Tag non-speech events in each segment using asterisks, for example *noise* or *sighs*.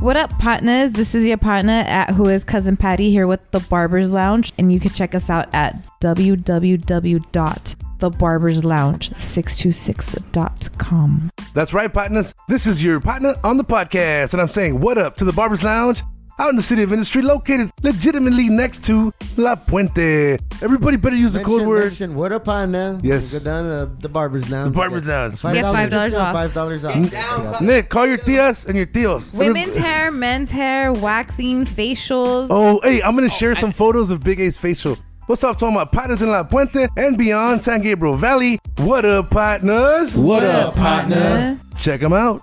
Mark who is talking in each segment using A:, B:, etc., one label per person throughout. A: What up, partners? This is your partner at Who is Cousin Patty here with The Barber's Lounge. And you can check us out at www.thebarberslounge626.com.
B: That's right, partners. This is your partner on the podcast, and I'm saying what up to the Barber's Lounge out in the city of industry, located legitimately next to La Puente. Everybody better use the code
C: Mention-
B: word.
C: mention What up, on now?
B: Yes.
C: Go down to the barber's lounge.
B: The barber's lounge.
A: Get $5 off.
C: Five dollars off. Yeah.
B: Nick, call your tias and your tios.
A: Women's hair, men's hair, waxing, facials.
B: Oh, hey, I'm gonna share some photos of Big A's facial. What's up, talking about partners in La Puente and beyond San Gabriel Valley? What up, partners?
D: What up, partner?
B: Check them out.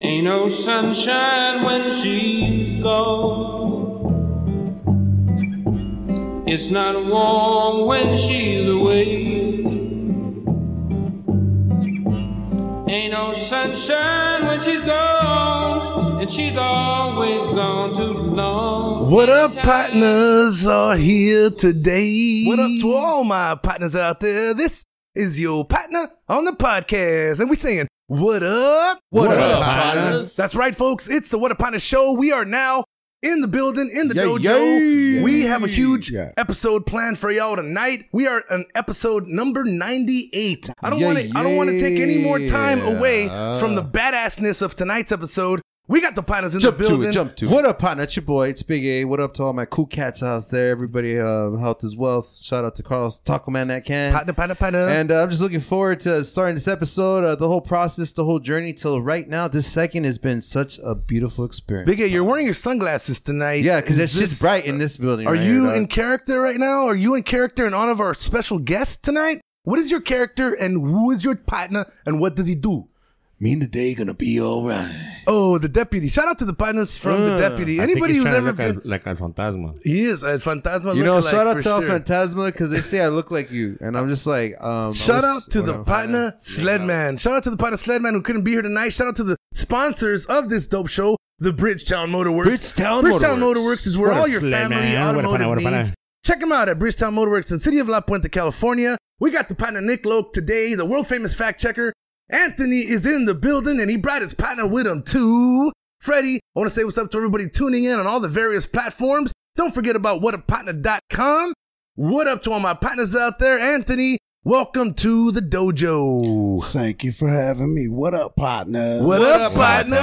D: Ain't no sunshine when she's gone. It's not warm when she's away. Ain't no sunshine when she's gone, and she's always gone too long.
B: What up, partners are here today. What up to all my partners out there? This is your partner on the podcast, and we saying, What up?
D: What up, partners?
B: That's right, folks. It's the What Up Partners show. We are now in the building, in the
E: Yeah,
B: dojo.
E: yeah.
B: We have a huge
E: Yeah.
B: episode planned for y'all tonight. We are on episode number 98. I don't
E: Yeah,
B: want to I don't want to take any more time
E: yeah.
B: away from the badassness of tonight's episode. We got the partners in
E: Jump
B: the building.
E: to it, jump to it. What up, partner? It's your boy. It's Big A. What up to all my cool cats out there? Everybody, uh, health is wealth. Shout out to Carl's Taco Man that can.
B: Partner, partner, partner.
E: And uh, I'm just looking forward to starting this episode, uh, the whole process, the whole journey till right now. This second has been such a beautiful experience.
B: Big A, you're wearing your sunglasses tonight.
E: yeah, because
B: Is
E: it's
B: this-
E: just bright in this building.
B: Are
E: right
B: you
E: here,
B: in
E: dog.
B: character right now? Are you in character in honor of our special guest tonight? What is your character and who is your partner and what does he do?
E: Me and the day gonna be all right.
B: Oh, the deputy. Shout out to the partners from
E: Uh,
B: the deputy.
F: I think
B: Anybody
F: he's
B: who's
F: trying
B: ever
F: to look
B: been.
F: at- like a fantasma.
B: He is a Fantasma.
E: You know,
B: lookalike
E: shout out
B: for
E: to El
B: sure.
E: Fantasma because they say I look like you, and I'm just like, um, I
B: Shout
E: wish-
B: out to the
E: whatever.
B: partner Sledman. Shout out to the partner Sledman who couldn't be here tonight. Shout out to the sponsors of this dope show, the Bridgetown Motorworks.
E: Bridgetown
B: Motorworks
E: Motorworks.
B: is where
F: What
B: all
F: up,
B: your
F: Sledman?
B: family
F: What a partner,
B: automotive
F: what a partner.
B: needs. Check them out at Bridgetown Motorworks in the city of La Puente, California. We got the partner Nick Loke today, the world famous fact checker. Anthony is in the building and he brought his partner with him too. Freddie, I want to say what's up to everybody tuning in on all the various platforms. Don't forget about whatapartner.com. What up to all my partners out there? Anthony, welcome to the dojo.
G: Thank you for having me. What up, partner?
B: What, up,
E: up,
B: partners?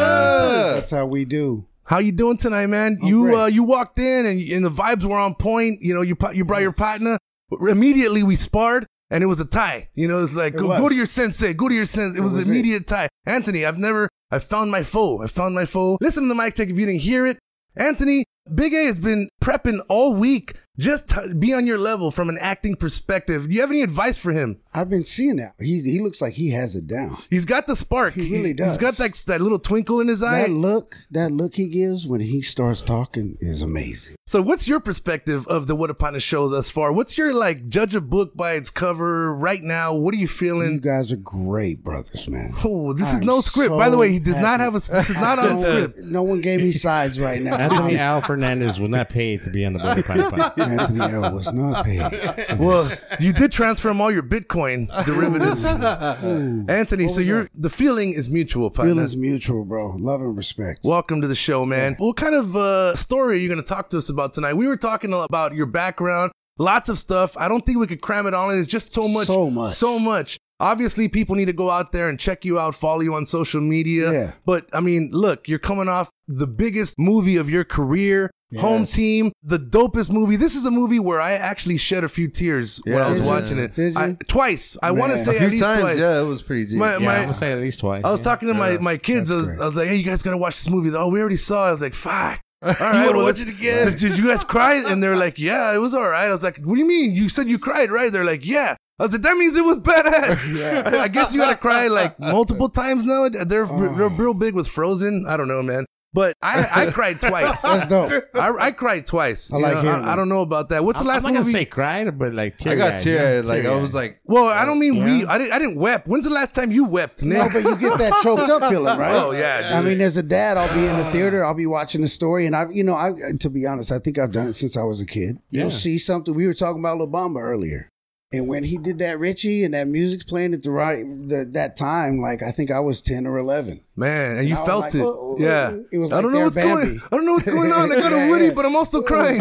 G: That's how we do.
B: How you doing tonight, man?
G: I'm
B: you
G: great.
B: uh, you walked in and, and the vibes were on point. You know, you pa- you brought your partner. Immediately we sparred and it was a tie. You know, it's like
G: It
B: go,
G: was.
B: go to your sensei, go to your sensei. It
G: It
B: was,
G: was it.
B: immediate tie. Anthony, I've never I found my foe. I found my foe. Listen to the mic check if you didn't hear it. Anthony, Big A has been prepping all week. Just t- be on your level from an acting perspective. Do you have any advice for him?
G: I've been seeing that. He he looks like he has it down.
B: He's got the spark.
G: He really
B: He's
G: does.
B: got that that little twinkle in his eye.
G: That look, that look he gives when he starts talking is amazing.
B: So, what's your perspective of the What Upon a Show thus far? What's your like judge a book by its cover right now? What are you
G: You
B: feeling?
G: guys are great brothers, man.
B: Oh, this is
G: I'm
B: no script.
G: so
B: by the way, he does not
G: happy.
B: have a. This is not
G: I
B: on
G: don't-
B: script.
G: *laughs* No one gave me sides right
B: *laughs*
G: now.
F: Anthony
G: I'm-
F: Al Fernandez was not paid to be on the Body Pilot.
G: *laughs* Anthony L was
B: *laughs*
G: not paid.
B: Well, you did transfer him all your Bitcoin
G: *laughs*
B: derivatives,
G: Ooh.
B: Anthony. So you're the feeling is mutual, partner.
G: Feelings mutual, bro. Love and respect.
B: Welcome to the show, man. What kind of uh, story are you going to talk to us about tonight? We were talking about your background, lots of stuff. I don't think we could cram it all in. It's just so much,
G: So much.
B: so much. Obviously, people need to go out there and check you out, follow you on social media.
G: Yeah.
B: But I mean, look, you're coming off the biggest movie of your career. Home
G: Yes.
B: Team, the dopest movie. This is a movie where I actually shed a few tears when I
E: Yeah.
B: was
E: Did you?
B: watching it.
G: Did you?
B: I, twice. I want to
G: Man.
B: say
E: a
B: at
E: few
B: least
E: times.
B: twice.
E: Yeah, it was pretty deep.
B: My-
F: Yeah, I'm gonna say at least twice.
B: I was
F: yeah.
B: talking to my, my kids. I
G: That's
B: was,
G: great.
B: I was like, hey, you guys gotta watch this movie. Oh, we already saw. it. I was like, fuck. All right,
E: wanna
B: what's- *laughs*
E: watch it again?
B: I said, Did you guys cry? And they're like, yeah, it was all right. I was like, what do you mean? You said you cried, right? They're like, yeah. I was like, that means it was
G: *laughs*
B: badass. I, I guess you gotta cry like multiple times now. They're
G: Oh.
B: they're real big with Frozen. I don't know, man. But I, I
G: *laughs*
B: cried twice.
G: That's
B: *laughs*
G: dope.
B: I, I cried twice.
G: I
B: You
G: like
B: know,
G: hearing
B: I, I don't know about that. What's
F: I'm
B: the
F: not
B: last
F: gonna
B: movie?
F: say cried, but like tear.
E: I got tear. Like I was like,
B: well, I don't mean we. I didn't. I didn't weep. When's the last time you wept, Nick?
G: No, but you get that choked up feeling, right?
B: Oh, yeah,
G: I
B: dude.
G: mean, as a dad, I'll be in the theater. I'll be watching the story, and I, you know, I uh, to be honest, I think I've done it since I was a kid. You'll see something. We were talking about Obama earlier, and when he did that Richie and that music's playing at the right the, that time, like I think I was ten or eleven.
B: Man, and you
G: I was
B: felt
G: like,
B: it.
G: "Oh, oh,
B: yeah.
G: oh." It was
B: I don't
G: like
B: know
G: they're
B: what's going
G: Bambi.
B: I don't know what's going on. I got a
G: *laughs* Yeah,
B: Woody,
G: yeah.
B: but I'm also crying.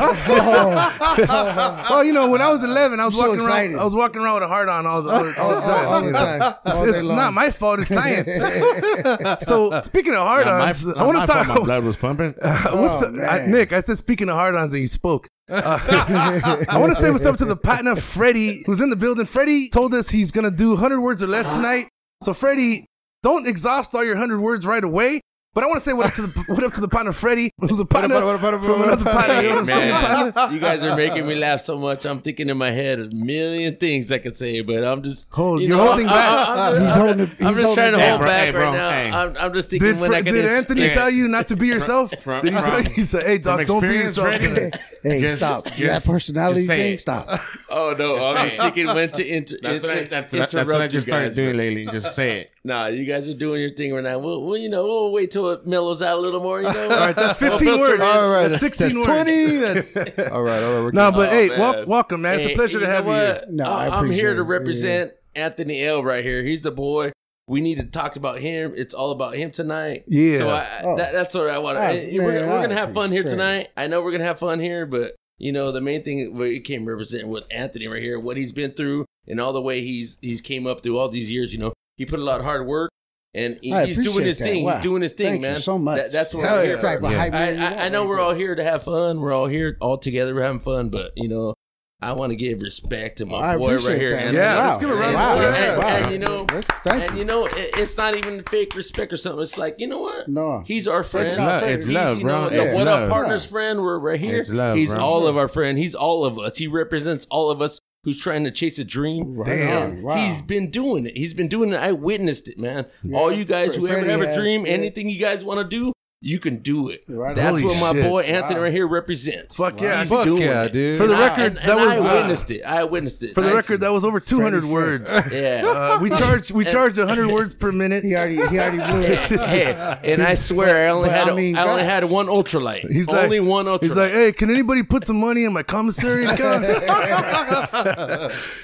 B: *laughs* oh, you know, when I was 11, I was
G: I'm so
B: walking around
G: excited.
B: I was walking around with a heart on all the, all,
G: *laughs*
B: the
G: All,
B: time.
G: all, all
B: you
G: the
B: know.
G: time,
B: It's,
G: all day
B: it's
G: long.
B: not my fault. It's science.
G: *laughs*
B: so speaking of hard-ons, I want to talk.
F: My blood
B: *laughs*
F: was pumping.
E: Oh,
B: what's up- I-
G: man.
B: Nick? I said speaking of hard-ons, and you spoke. Uh, *laughs* I want to say what's up to the partner, Freddie, who's in the building. Freddie told us he's gonna do 100 words or less tonight. So Freddie, don't exhaust all your 100 words right away. But I want to say what up to the *laughs* what up to the partner, Freddie, who's a partner
E: up, what up, what up,
B: from
E: what up,
B: another partner. You know what I'm saying, *laughs* partner?
H: you guys are making me laugh so much. I'm thinking in my head a million things I could say, but I'm just
B: Hold-
H: you
B: you're
F: uh,
B: holding back.
H: I'm,
G: He's
H: just-
G: holding it-
H: I'm
G: he's
H: just trying to
F: holding
H: hold
F: it
H: back
F: back. Hey, bro,
H: right now.
F: hey, bro, hey.
H: I'm, I'm just thinking
B: Did,
H: when I
B: Fre-
H: can.
B: did Anthony
H: Yeah.
B: tell you not to be yourself?
F: From-
B: did he, tell
F: from-
B: you, he said, "Hey, doc, don't be
F: experience,
B: yourself."
F: Freddie.
B: today."
F: *laughs*
G: Hey,
F: Just-
G: stop!
F: just-
G: that personality
F: just say
G: thing,
F: it.
G: stop.
H: Oh no, I'm just thinking when to inter-
F: That's what, I,
H: inter-
F: that's, that's what I
H: interrupt you
F: just started
H: guys.
F: doing lately. Just say it.
H: Nah, you guys are doing your thing right now. We'll, we'll you know, we'll wait till it mellows out a little more. You know,
B: *laughs* All right, that's 15 words.
E: all right,
B: that's
E: that's
B: 16
E: that's
B: words.
E: twenty.
B: *laughs*
E: That's all right, all right. We're
B: No, but
H: Oh,
B: hey,
H: man.
B: wel- welcome, man. It's a
H: Hey,
B: pleasure to
H: you know
B: have you. here.
H: what?
G: No, I
H: I- I'm here
G: appreciate it.
H: to represent Anthony L right here. He's the boy. We need to talk about him. It's all about him tonight.
B: Yeah.
H: So I,
G: Oh.
H: that, that's what I want.
G: Oh,
H: to we're
G: man,
H: we're
G: I
H: gonna have fun here
G: appreciate it.
H: tonight. I know we're gonna have fun here, but you know the main thing we came representing with Anthony right here, what he's been through, and all the way he's he's came up through all these years. You know, he put a lot of hard work, and he-
G: I
H: he's doing
G: appreciate
H: his
G: that.
H: thing.
G: Wow.
H: He's doing his thing,
G: Thank you
H: man.
G: so much.
H: That- that's what
E: Hell
H: we're
E: yeah.
H: here
G: It's like
H: for.
G: my
F: Yeah.
G: hype
H: I,
G: man, you
H: I, I
G: are
H: know
G: right
H: we're
G: there.
H: all here to have fun. We're all here all together. We're having fun, but you know, I want to give respect to my
G: I
H: boy right
G: appreciate
H: here.
G: that.
H: Anthony.
B: Yeah, let's give a round of
H: And-
B: applause.
H: and-
B: Yeah.
H: and you know,
G: That's- thank
H: and
G: you.
H: you know, it, it's not even fake respect or something. It's like you know what?
G: No.
H: he's our friend.
F: It's love- it's
H: He's,
F: love,
H: you
F: bro.
H: know, the
F: It's
H: what
F: love.
H: up partner's friend. We're right here.
F: It's love,
H: he's
F: bro.
H: all of our friend. He's all of us. He represents all of us who's trying to chase a dream.
G: Right
B: Damn.
G: on.
H: And
G: Wow.
H: He's been doing it. He's been doing it. I witnessed it, man. All you guys who ever
G: Freddie
H: have a
G: has,
H: dream,
G: yeah.
H: anything you guys want to do, you can do it.
G: Right
H: That's
B: on.
H: what my
B: Holy shit.
H: boy Anthony
G: Wow.
H: right here represents.
B: Fuck yeah,
H: He's
E: fuck
H: doing
E: yeah,
H: it.
E: dude.
B: For the
H: And I-
B: record,
H: and-
B: that
H: and
B: was
H: I
B: uh,
H: witnessed it. I witnessed it.
B: for the
H: Thank
B: record
H: you.
B: that was over 200 words.
H: yeah.
B: *laughs* Uh, we charge we
H: And-
B: charge
H: *laughs*
B: 100 words per minute.
G: He already, he
F: *laughs*
G: already blew it.
B: *laughs*
H: Hey, and I swear I only
G: But,
H: had
G: I mean,
H: I only
G: God.
H: had one ultralight.
B: He's like
H: only one ultralight.
B: He's like, hey, can anybody put some money in my commissary account?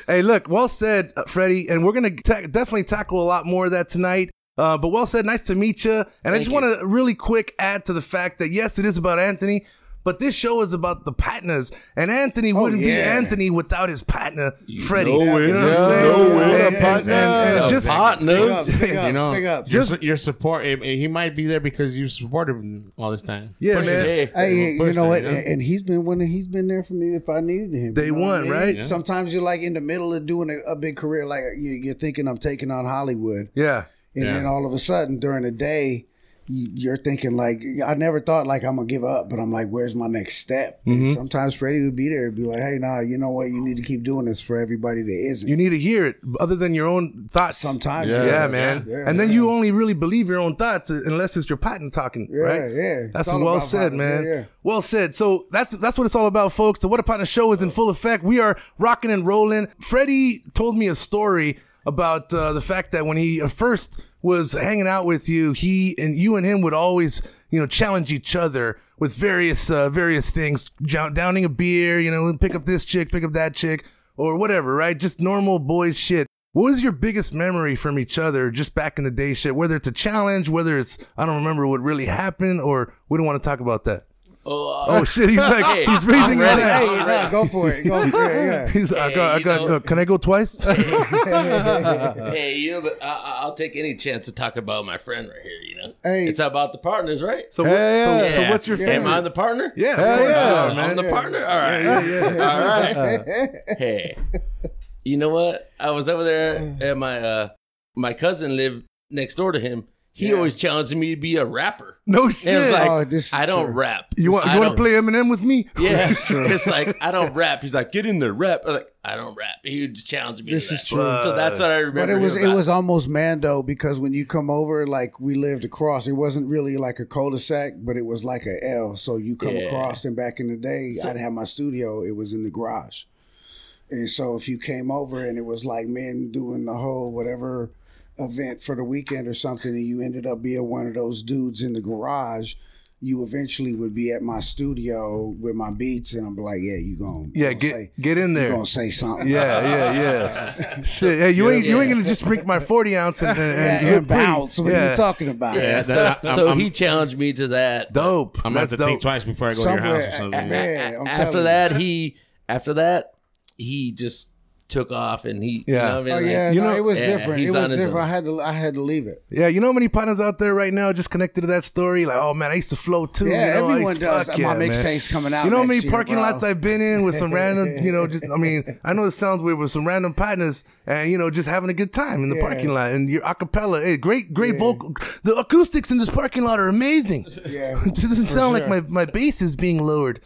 B: hey, look, well said, uh, Freddie, and we're gonna ta- definitely tackle a lot more of that tonight. Uh, but well said, nice to meet you. And I just
H: you.
B: want to really quick add to the fact that yes, it is about Anthony, but this show is about the Patnas, and Anthony wouldn't be
G: yeah.
B: Anthony without his Patna, Freddie.
E: know it.
B: you know what I'm
E: Yeah,
B: saying?
E: know it.
B: And- and-
E: Patna.
B: and- and
E: Yeah,
B: just
G: Big
H: partners.
G: ups, big ups,
F: You know,
G: big ups.
F: your, su- your support. eh, eh, He might be there because you supported him all this time.
B: Yeah,
F: Push it.
B: man.
H: Hey,
G: Hey, you know what?
F: Yeah.
G: And and he's been winning. He's been there for me if I needed him.
B: Day
G: you know what
B: one,
G: I mean?
B: right? Yeah.
G: Sometimes you're like in the middle of doing a, a big career, like you, you're thinking I'm taking on Hollywood,
B: *laughs* yeah.
G: and then all of a sudden during the day, you- you're thinking like I never thought like I'm gonna give up, but I'm like, where's my next step? And
B: Mm-hmm.
G: Sometimes Freddie would be there and be like, Hey, nah, you know what? You need to keep doing this for everybody that isn't.
B: You need to hear it other than your own thoughts.
G: Sometimes,
B: Yeah,
G: yeah.
B: man.
G: Yeah,
B: and then
G: yeah.
B: you only really believe your own thoughts unless it's your patent talking,
G: Yeah,
B: right?
G: yeah. It's
B: That's
G: all
B: well
G: about
B: said,
G: patent.
B: man.
G: Yeah, yeah.
B: Well said. So that's that's what it's all about, folks. The What Upon the Show is in full effect. We are rocking and rolling. Freddie told me a story about uh, the fact that when he first was hanging out with you, he and you and him would always, you know, challenge each other with various uh, various things, jo- downing a beer, you know, pick up this chick, pick up that chick, or whatever, right? Just normal boys shit. What was your biggest memory from each other just back in the day shit? Whether it's a challenge, whether it's I don't remember what really happened, or we don't want to talk about that.
H: Oh, uh,
B: *laughs* Oh shit, he's like
H: Hey,
B: he's raising
H: I'm
B: his
H: ready.
G: Hey,
B: hand.
H: All
G: nah,
H: right.
G: go for it. Go for it.
B: *laughs*
G: Yeah.
B: He's I
H: Hey,
B: got, I
H: you
B: got
H: know-
B: uh, can I go *laughs* twice?
H: hey, you know, the, I- I, I'll take any chance to talk about my friend right here. You know,
G: Hey.
H: it's about the partners, right?
B: So, what, so, so what's your
H: Am I
B: favorite?
H: the partner? Uh,
B: Yeah,
E: Hell
B: of course.
E: yeah,
B: Oh,
H: I'm the partner. All right. All
G: *laughs*
H: right. hey, you know what? I was over there, and my uh, my cousin lived next door to him, He always challenged me to be a rapper.
B: No
H: And it
B: shit.
H: was like,
G: Oh, this is
H: I don't
G: true.
H: rap.
B: you want
H: I
B: you want to
H: don't-
B: play Eminem with me?
H: Yeah, *laughs* it's like I don't rap. He's like, get in there, rap. I'm like, I don't rap. He would challenge me.
G: This
H: to
G: is
H: rap.
G: true.
H: So that's what I remember.
G: But it was
H: him
G: it
H: about.
G: was almost Mando because when you come over, like we lived across. It wasn't really like a cul-de-sac, but it was like a L. So you come
H: Yeah.
G: across, and back in the day, I'd have my studio. It was in the garage, and so if you came over, and it was like men doing the whole whatever event for the weekend or something, and you ended up being one of those dudes in the garage. You eventually would be at my studio with my beats, and I'm like, "Yeah, you gonna
B: Yeah,
G: gonna
B: get
G: say,
B: get in
G: you
B: there.
G: gonna say something."
B: Yeah, yeah,
H: *laughs*
B: yeah. Shit, hey, you ain't you ain't gonna just drink my forty ounce and and,
G: Yeah,
B: and,
G: and
B: and breathe.
G: bounce. What are
B: Yeah.
G: you talking about?
H: Yeah,
F: Yeah,
H: so,
F: that- I'm-
H: so
F: I'm-
H: he challenged me to that.
B: Dope.
F: I'm gonna have
B: That's
F: to
B: dope.
F: think twice before I go to your
G: Somewhere
F: house or
G: at-
F: something.
G: at-
H: A-
G: Yeah, I'm telling
H: after
G: you.
H: that, he after that he just took off and he.
B: Yeah.
H: You know what
G: Oh
H: I mean? Like,
G: yeah,
B: You
G: no,
B: know-
G: it was
H: Yeah,
G: different.
H: he's
G: It
H: on
G: was
H: his
G: different.
H: own.
G: I had to I had to leave it.
B: Yeah, you know how many partners out there right now just connected to that story? Like, oh man, I used to flow too.
G: Yeah,
B: you know, I
G: everyone
B: used-
G: does.
B: fuck
G: My
B: yeah, man.
G: mixtape's coming out
B: You know how
G: next
B: many
G: year,
B: parking
G: bro.
B: lots I've been in with some
G: *laughs*
B: random, you know, just I mean, I know it sounds weird, with some random partners, and you know, just having a good time in the parking lot and your acapella. Hey, great, great vocal. The acoustics in this parking lot are amazing.
G: Yeah.
B: *laughs* it doesn't sound like my my bass is being lowered.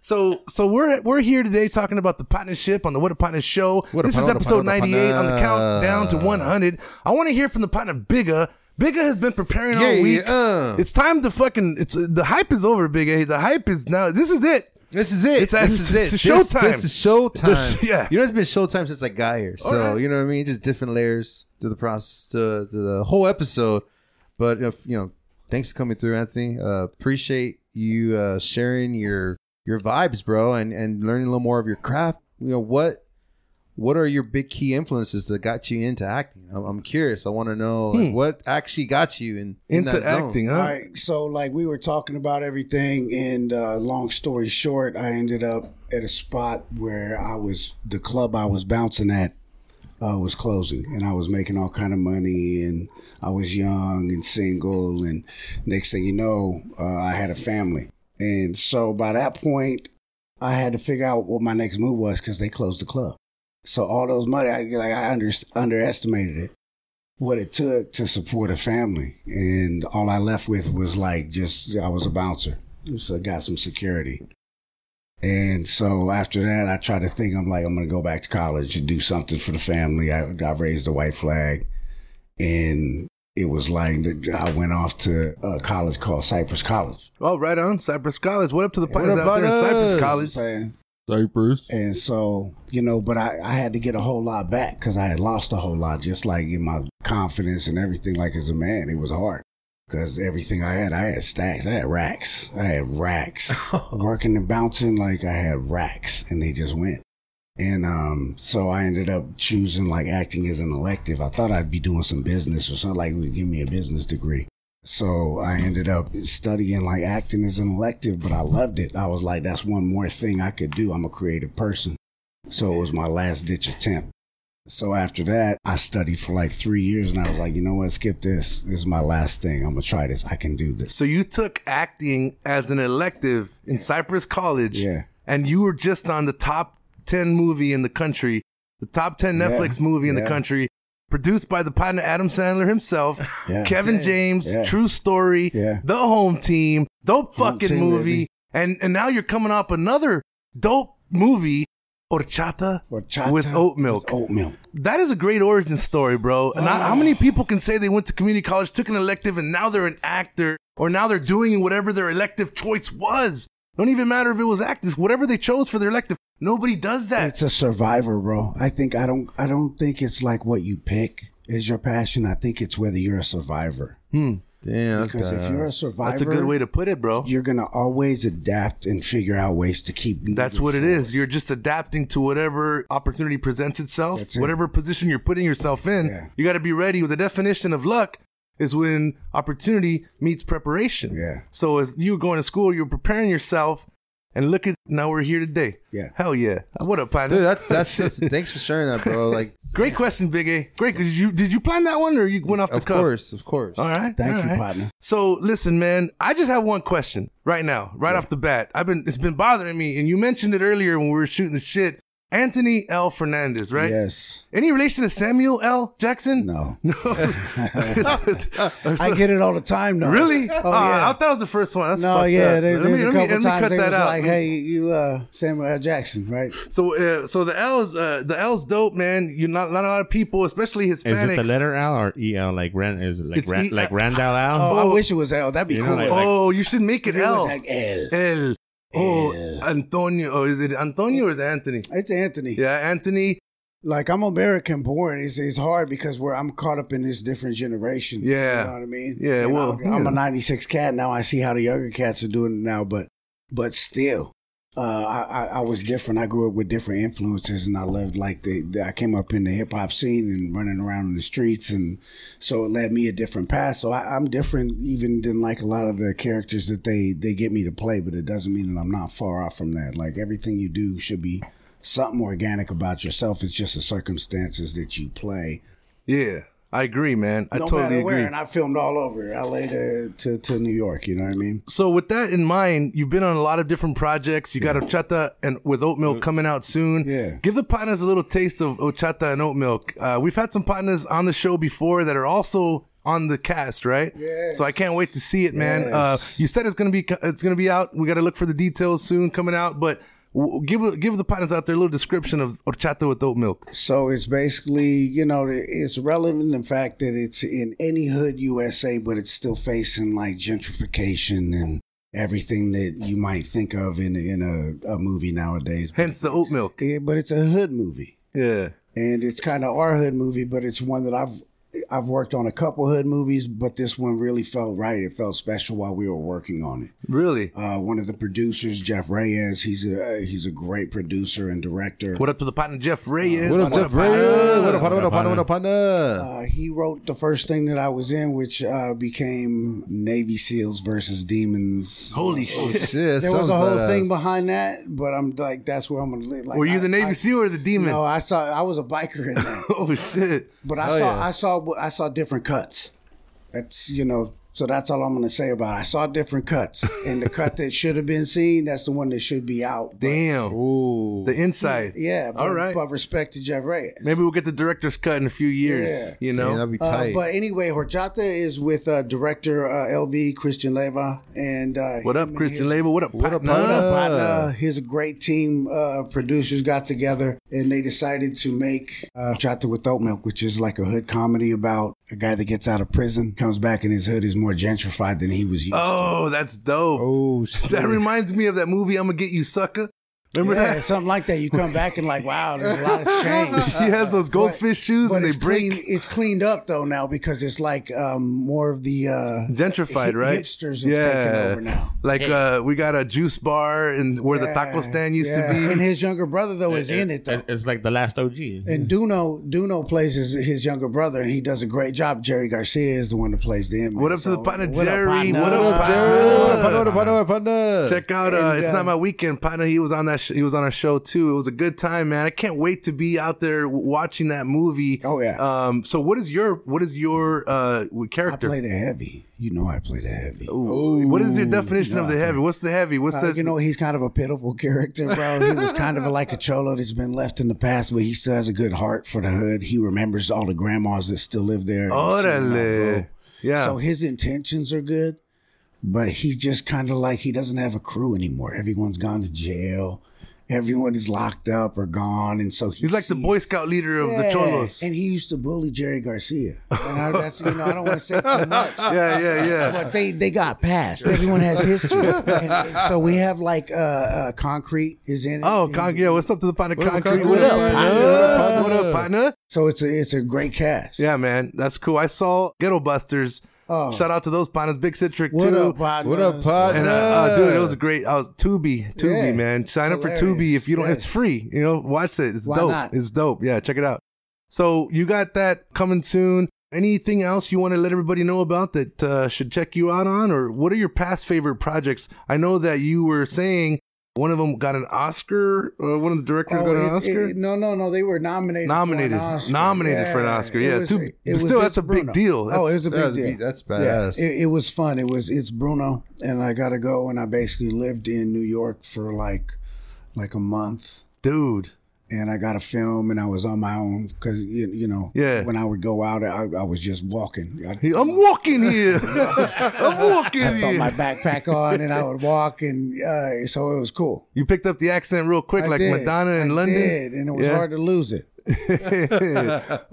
B: So, so we're we're here today talking about the partnership on the What a Partner Show.
E: What a
B: this is
E: Partner,
B: episode
E: Partner,
B: 98 on the
E: Partner.
B: countdown to 100. I want to hear from the partner Bigga. Bigga has been preparing all
E: Yeah,
B: week.
E: uh.
B: It's time to fucking. It's uh, the hype is over, Big A. The hype is now. This is it.
E: This is it.
B: It's-
E: this
B: it's-
E: is it.
B: it's
E: This-
B: showtime.
E: This, is showtime.
B: This- yeah.
E: You know, it's been showtime since I got here. So,
B: All right.
E: you know what I mean? Just different layers through the process, to, to the whole episode. But, if, you know, thanks for coming through, Anthony. Uh, appreciate you uh, sharing your your vibes, bro, and, and learning a little more of your craft. You know, what what are your big key influences that got you into acting? I'm, I'm curious. I want to know like, what actually got you in, in
B: Into
E: that zone.
B: acting, huh?
G: All right. So like we were talking about everything, and uh, long story short, I ended up at a spot where I was the club I was bouncing at uh, was closing, and I was making all kind of money, and I was young and single, and next thing you know, uh, I had a family, and so by that point, I had to figure out what my next move was because they closed the club. So all those money, I like I under, underestimated it what it took to support a family. And all I left with was like just I was a bouncer. So I got some security. And so after that, I tried to think, I'm like, I'm going to go back to college and do something for the family. I, I raised the white flag. And it was like, I went off to a college called Cypress College.
B: Oh, right on Cypress College. What up to the partners out
E: about
B: there in Cypress
E: us?
B: College?
G: Saying, And so, you know, but I, I had to get a whole lot back because I had lost a whole lot, just like in my confidence and everything. Like as a man, it was hard because everything I had, I had stacks, I had racks, I had racks. Working and bouncing, like I had racks, and they just went. And um, so I ended up choosing like acting as an elective. I thought I'd be doing some business or something like would give me a business degree. So I ended up studying like acting as an elective, but I loved it. I was like, that's one more thing I could do. I'm a creative person. So it was my last ditch attempt. So after that, I studied for like three years and I was like, you know what, skip this. This is my last thing. I'm going to try this. I can do this.
B: So you took acting as an elective in Cypress College,
G: Yeah.
B: and you were just on the top ten movie in the country, the top ten
G: Yeah.
B: Netflix movie in the
G: Yeah.
B: country, produced by the partner Adam Sandler himself,
G: Yeah.
B: Kevin James,
G: Yeah.
B: True Story,
G: Yeah.
B: The Home Team, dope
G: Home
B: fucking
G: Team,
B: movie,
G: baby.
B: and and now you're coming up another dope movie, Orchata,
G: Horchata
B: with oat milk.
G: with oat milk.
B: That is a great origin story, bro. And Not, how many people can say they went to community college, took an elective, and now they're an actor, or now they're doing whatever their elective choice was? Don't even matter if it was actors, whatever they chose for their elective. Nobody does that.
G: It's a survivor, bro. I think I don't I don't think it's like what you pick is your passion. I think it's whether you're a survivor.
E: Damn, that's
G: because if
E: badass.
G: you're a survivor,
B: That's a good way to put it, bro.
G: you're gonna always adapt and figure out ways to keep. moving
B: That's what it
G: forward.
B: is. You're just adapting to whatever opportunity presents itself,
G: That's it.
B: whatever position you're putting yourself in.
G: Yeah.
B: You got to be ready. The definition of luck is when opportunity meets preparation.
G: Yeah.
B: So as you were going to school, you were preparing yourself, and look at now we're here today.
G: Yeah.
B: Hell yeah. What up, partner?
E: Dude, that's, *laughs* that's, that's, thanks for sharing that, bro. Like,
B: great question, Big A. Great. Did you did you plan that one or you went off the
E: of
B: cuff?
E: course, of course.
B: All right.
G: Thank
B: all
G: you,
B: right.
G: partner.
B: So listen, man, I just have one question right now, right off the bat. I've been it's been bothering me, and you mentioned it earlier when we were shooting the shit Anthony L. Fernandez, right?
G: Yes.
B: Any relation to Samuel L. Jackson?
G: No.
B: *laughs* No.
G: *laughs* I get it all the time now.
B: *laughs* Really?
G: Oh,
B: Oh,
G: yeah.
B: I thought it was the first one. That's
G: no,
B: fucked
G: yeah.
B: up.
G: There,
B: Let
G: there's
B: me-
G: a
B: let me-
G: couple
B: let me
G: times
B: cut
G: they was
B: that out.
G: like, "Hey, you, uh, Samuel L. Jackson, right?"
B: So, uh, so the L's, uh, the L's dope, man. You not not a lot of people, especially
F: Is
B: Hispanics.
F: it the letter L or E L? Like Rand is it like
B: It's
F: Ran,
B: E-
F: like Randall L.
G: Oh,
B: Oh.
G: I wish it was L. That'd be
F: You know,
G: cool.
F: like-
B: oh, you should make it
G: It was
B: L.
G: like L.
B: L. Oh, Antonio. Oh, is it Antonio or is it Anthony?
G: It's Anthony.
B: Yeah, Anthony.
G: Like I'm American born. It's, it's hard because where I'm caught up in this different generation.
B: Yeah.
G: You know what I mean?
B: Yeah,
G: And
B: well,
G: I'm, I'm
B: yeah.
G: a 96 cat now. I see how the younger cats are doing it now, but but still. Uh, I, I, I was different. I grew up with different influences, and I loved like the, the I came up in the hip hop scene and running around in the streets, and so it led me a different path. So I, I'm different even than like a lot of the characters that they they get me to play, but it doesn't mean that I'm not far off from that. Like everything you do should be something organic about yourself. It's just the circumstances that you play.
B: Yeah, I agree, man. I
G: no
B: totally
G: matter where,
B: agree.
G: and I filmed all over LA to, to, to New York, you know what I mean?
B: so, with that in mind, you've been on a lot of different projects. You got Ochata and with Oat Milk coming out soon.
G: Yeah.
B: Give the partners a little taste of Ochata and Oat Milk. Uh, we've had some partners on the show before that are also on the cast, right? Yeah. So I can't wait to see it, man. Uh, you said it's gonna be it's gonna be out. We got to look for the details soon coming out, but. w- Give give the partners out there a little description of horchata with oat milk.
G: So it's basically, you know, it's relevant in the fact that it's in any hood USA, but it's still facing like gentrification and everything that you might think of in, in a, a movie nowadays.
B: Hence the oat milk.
G: Yeah, but it's a hood movie.
B: Yeah.
G: and it's kind of our hood movie, but it's one that I've I've worked on a couple hood movies, but this one really felt right. It felt special while we were working on it.
B: Really?
G: Uh, one of the producers, Jeff Reyes, he's a he's a great producer and director.
B: What up to the partner Jeff Reyes?
E: What up, Jeff Reyes? What up, partner? What up, partner? What up, partner?
G: Uh, he wrote the first thing that I was in, which uh, became Navy SEALs versus Demons. Uh,
B: Holy shit.
E: Oh, Shit, that
G: there was
E: sounds
G: a whole
E: badass.
G: thing behind that, but I'm like, that's where I'm gonna live. Like,
B: Were you
G: I-
B: the Navy
G: I-
B: SEAL or the demon?
G: No, I saw I was a biker in that.
B: *laughs* Oh shit.
G: But I
E: Hell
G: saw
E: yeah.
G: I saw I saw different cuts. That's you know, so that's all I'm gonna say about it. I saw different cuts. And the cut that should have been seen, that's the one that should
B: *laughs*
G: be out. But,
B: Damn. The inside.
G: yeah, but,
B: All right.
G: but respect to Jeff Reyes.
B: Maybe we'll get the director's cut in a few years.
G: Yeah.
B: You
E: Man,
B: know?
E: that'd be
G: Uh,
E: tight.
G: but anyway, Horchata is with uh, director uh, LB Christian Leva and uh,
B: what up,
G: him and
B: Christian
G: his-
B: Label? What up,
E: What up,
B: partner?
G: What up,
E: Uh.
G: partner? Here's a great team uh, of producers got together and they decided to make uh, Chata with Oat Milk, which is like a hood comedy about a guy that gets out of prison, comes back in his hood, is more gentrified than he was used
B: Oh, that's dope.
E: oh
B: *laughs*
E: shit!
B: That reminds me of that movie I'm gonna get you sucker.
G: to.
B: Remember
G: Yeah,
B: that?
G: something like that. You come back and like, wow, there's a
B: *laughs*
G: lot of change.
B: he has those goldfish shoes
G: Uh, But
B: and they
G: it's
B: break
G: clean- it's cleaned up though now because it's like um, more of the uh,
B: gentrified,
G: hip-
B: right?
G: hipsters have taken over now.
B: Like uh we got a juice bar and where the taco stand used
G: yeah.
B: to
G: And
B: be.
G: his younger brother though is in it though.
F: It's like the last OG.
G: And Duno Duno plays his, his younger brother, and he does a great job. Jerry Garcia is the one that plays the inmate.
B: What up to
G: So,
B: the partner
G: what up,
B: Jerry?
G: partner?
B: What up,
E: What
B: partner?
E: up, partner? What up, partner? What up, partner?
B: Check out uh,
G: And,
B: it's
G: uh,
B: not my weekend, partner. He was on that. Sh- he was on a show too. It was a good time, man. I can't wait to be out there w- watching that movie.
G: Oh, yeah.
B: Um. So what is your what is your uh w-
G: I
B: character?
G: play the heavy. You know I play the heavy.
B: Ooh. What is your definition of the heavy? What's the heavy? What's
G: Uh,
B: the
G: you know he's kind of a pitiful *laughs* character, bro. He was kind of like a cholo that's been left in the past, but he still has a good heart for the hood. He remembers all the grandmas that still live there. and shit like that,
B: Orale.
G: bro.
B: Yeah.
G: So his intentions are good, but he's just kind of like he doesn't have a crew anymore. Everyone's gone to jail. Everyone is locked up or gone, and so he
B: He's like the
G: sees-
B: Boy Scout leader of the
G: Yeah,
B: Cholos.
G: And he used to bully Jerry Garcia. And I, that's you know I don't want to say too much.
B: *laughs* yeah,
G: *laughs*
B: yeah, yeah.
G: But they, they got past. Everyone has
B: *laughs*
G: history. And- and so we have like uh, uh, concrete is in it.
B: Oh,
G: He's-
B: con- yeah. What's up to the partner?
E: What up,
B: Concrete.
E: Concrete? What up,
B: partner?
E: partner?
B: What up, partner?
G: So it's a it's a great cast.
B: Yeah, man. That's cool. I saw Ghetto Busters.
G: Oh.
B: Shout out to those partners. Big Citric
G: What
B: too.
G: up, partner?
E: What up, partner?
B: And uh, uh, dude, it was a great. I was Tubi, Tubi,
G: Yeah.
B: man. Sign up for
G: Hilarious.
B: Tubi if you don't.
G: Yes.
B: It's free. You know, watch it. It's
G: Why
B: dope.
G: not?
B: It's dope. Yeah, check it out. So you got that coming soon. Anything else you want to let everybody know about that uh, should check you out on, or what are your past favorite projects? I know that you were saying one of them got an Oscar. Uh, one of the directors got
G: Oh,
B: an
G: it-
B: Oscar.
G: it- no, no, no. They were nominated.
B: Nominated.
G: for an Oscar.
B: Nominated for an Oscar. Yeah, too- still, that's
G: it's
B: a big
G: Bruno.
B: deal.
G: oh,
B: That's-
G: it was a
E: That'd
G: big
E: be-
G: deal.
E: That's
G: Yeah,
E: badass.
G: it, it was fun. It was it's Bruno, and I gotta go. And I basically lived in New York for like like a month,
B: dude,
G: and I got a film, and I was on my own because you, you know,
B: Yeah.
G: when I would go out, I, I was just walking. I,
B: He- I'm walking
G: *laughs*
B: here. I'm walking
G: I throw
B: here.
G: my backpack on, and I would walk, and uh, so it was cool.
B: you picked up the accent real quick,
G: I
B: like
G: did.
B: Madonna in
G: I
B: London.
G: did, and it was
B: Yeah.
G: hard to lose it.
B: *laughs*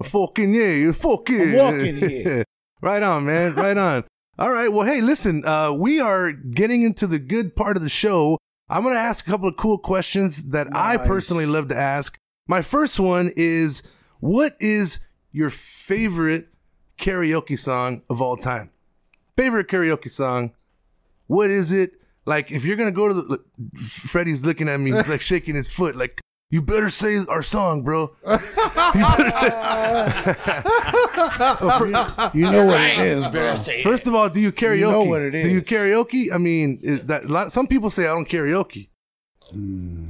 B: fucking yeah, you fucking
G: I'm walking here.
B: *laughs* right on, man. Right on. All right. Well, hey, listen, uh, we are getting into the good part of the show. I'm gonna ask a couple of cool questions that I
G: Nice.
B: personally love to ask. My first one is what is your favorite karaoke song of all time? Favorite karaoke song. What is it? Like if you're gonna go to the look, Freddie's looking at me he's like shaking his foot like you better say our song, bro.
G: You know what it is, bro.
H: Better say it.
B: First of all, do you karaoke?
G: know what it
B: Do you
G: is.
B: karaoke? I mean, is that a lot, some people say I don't karaoke.
G: Hmm.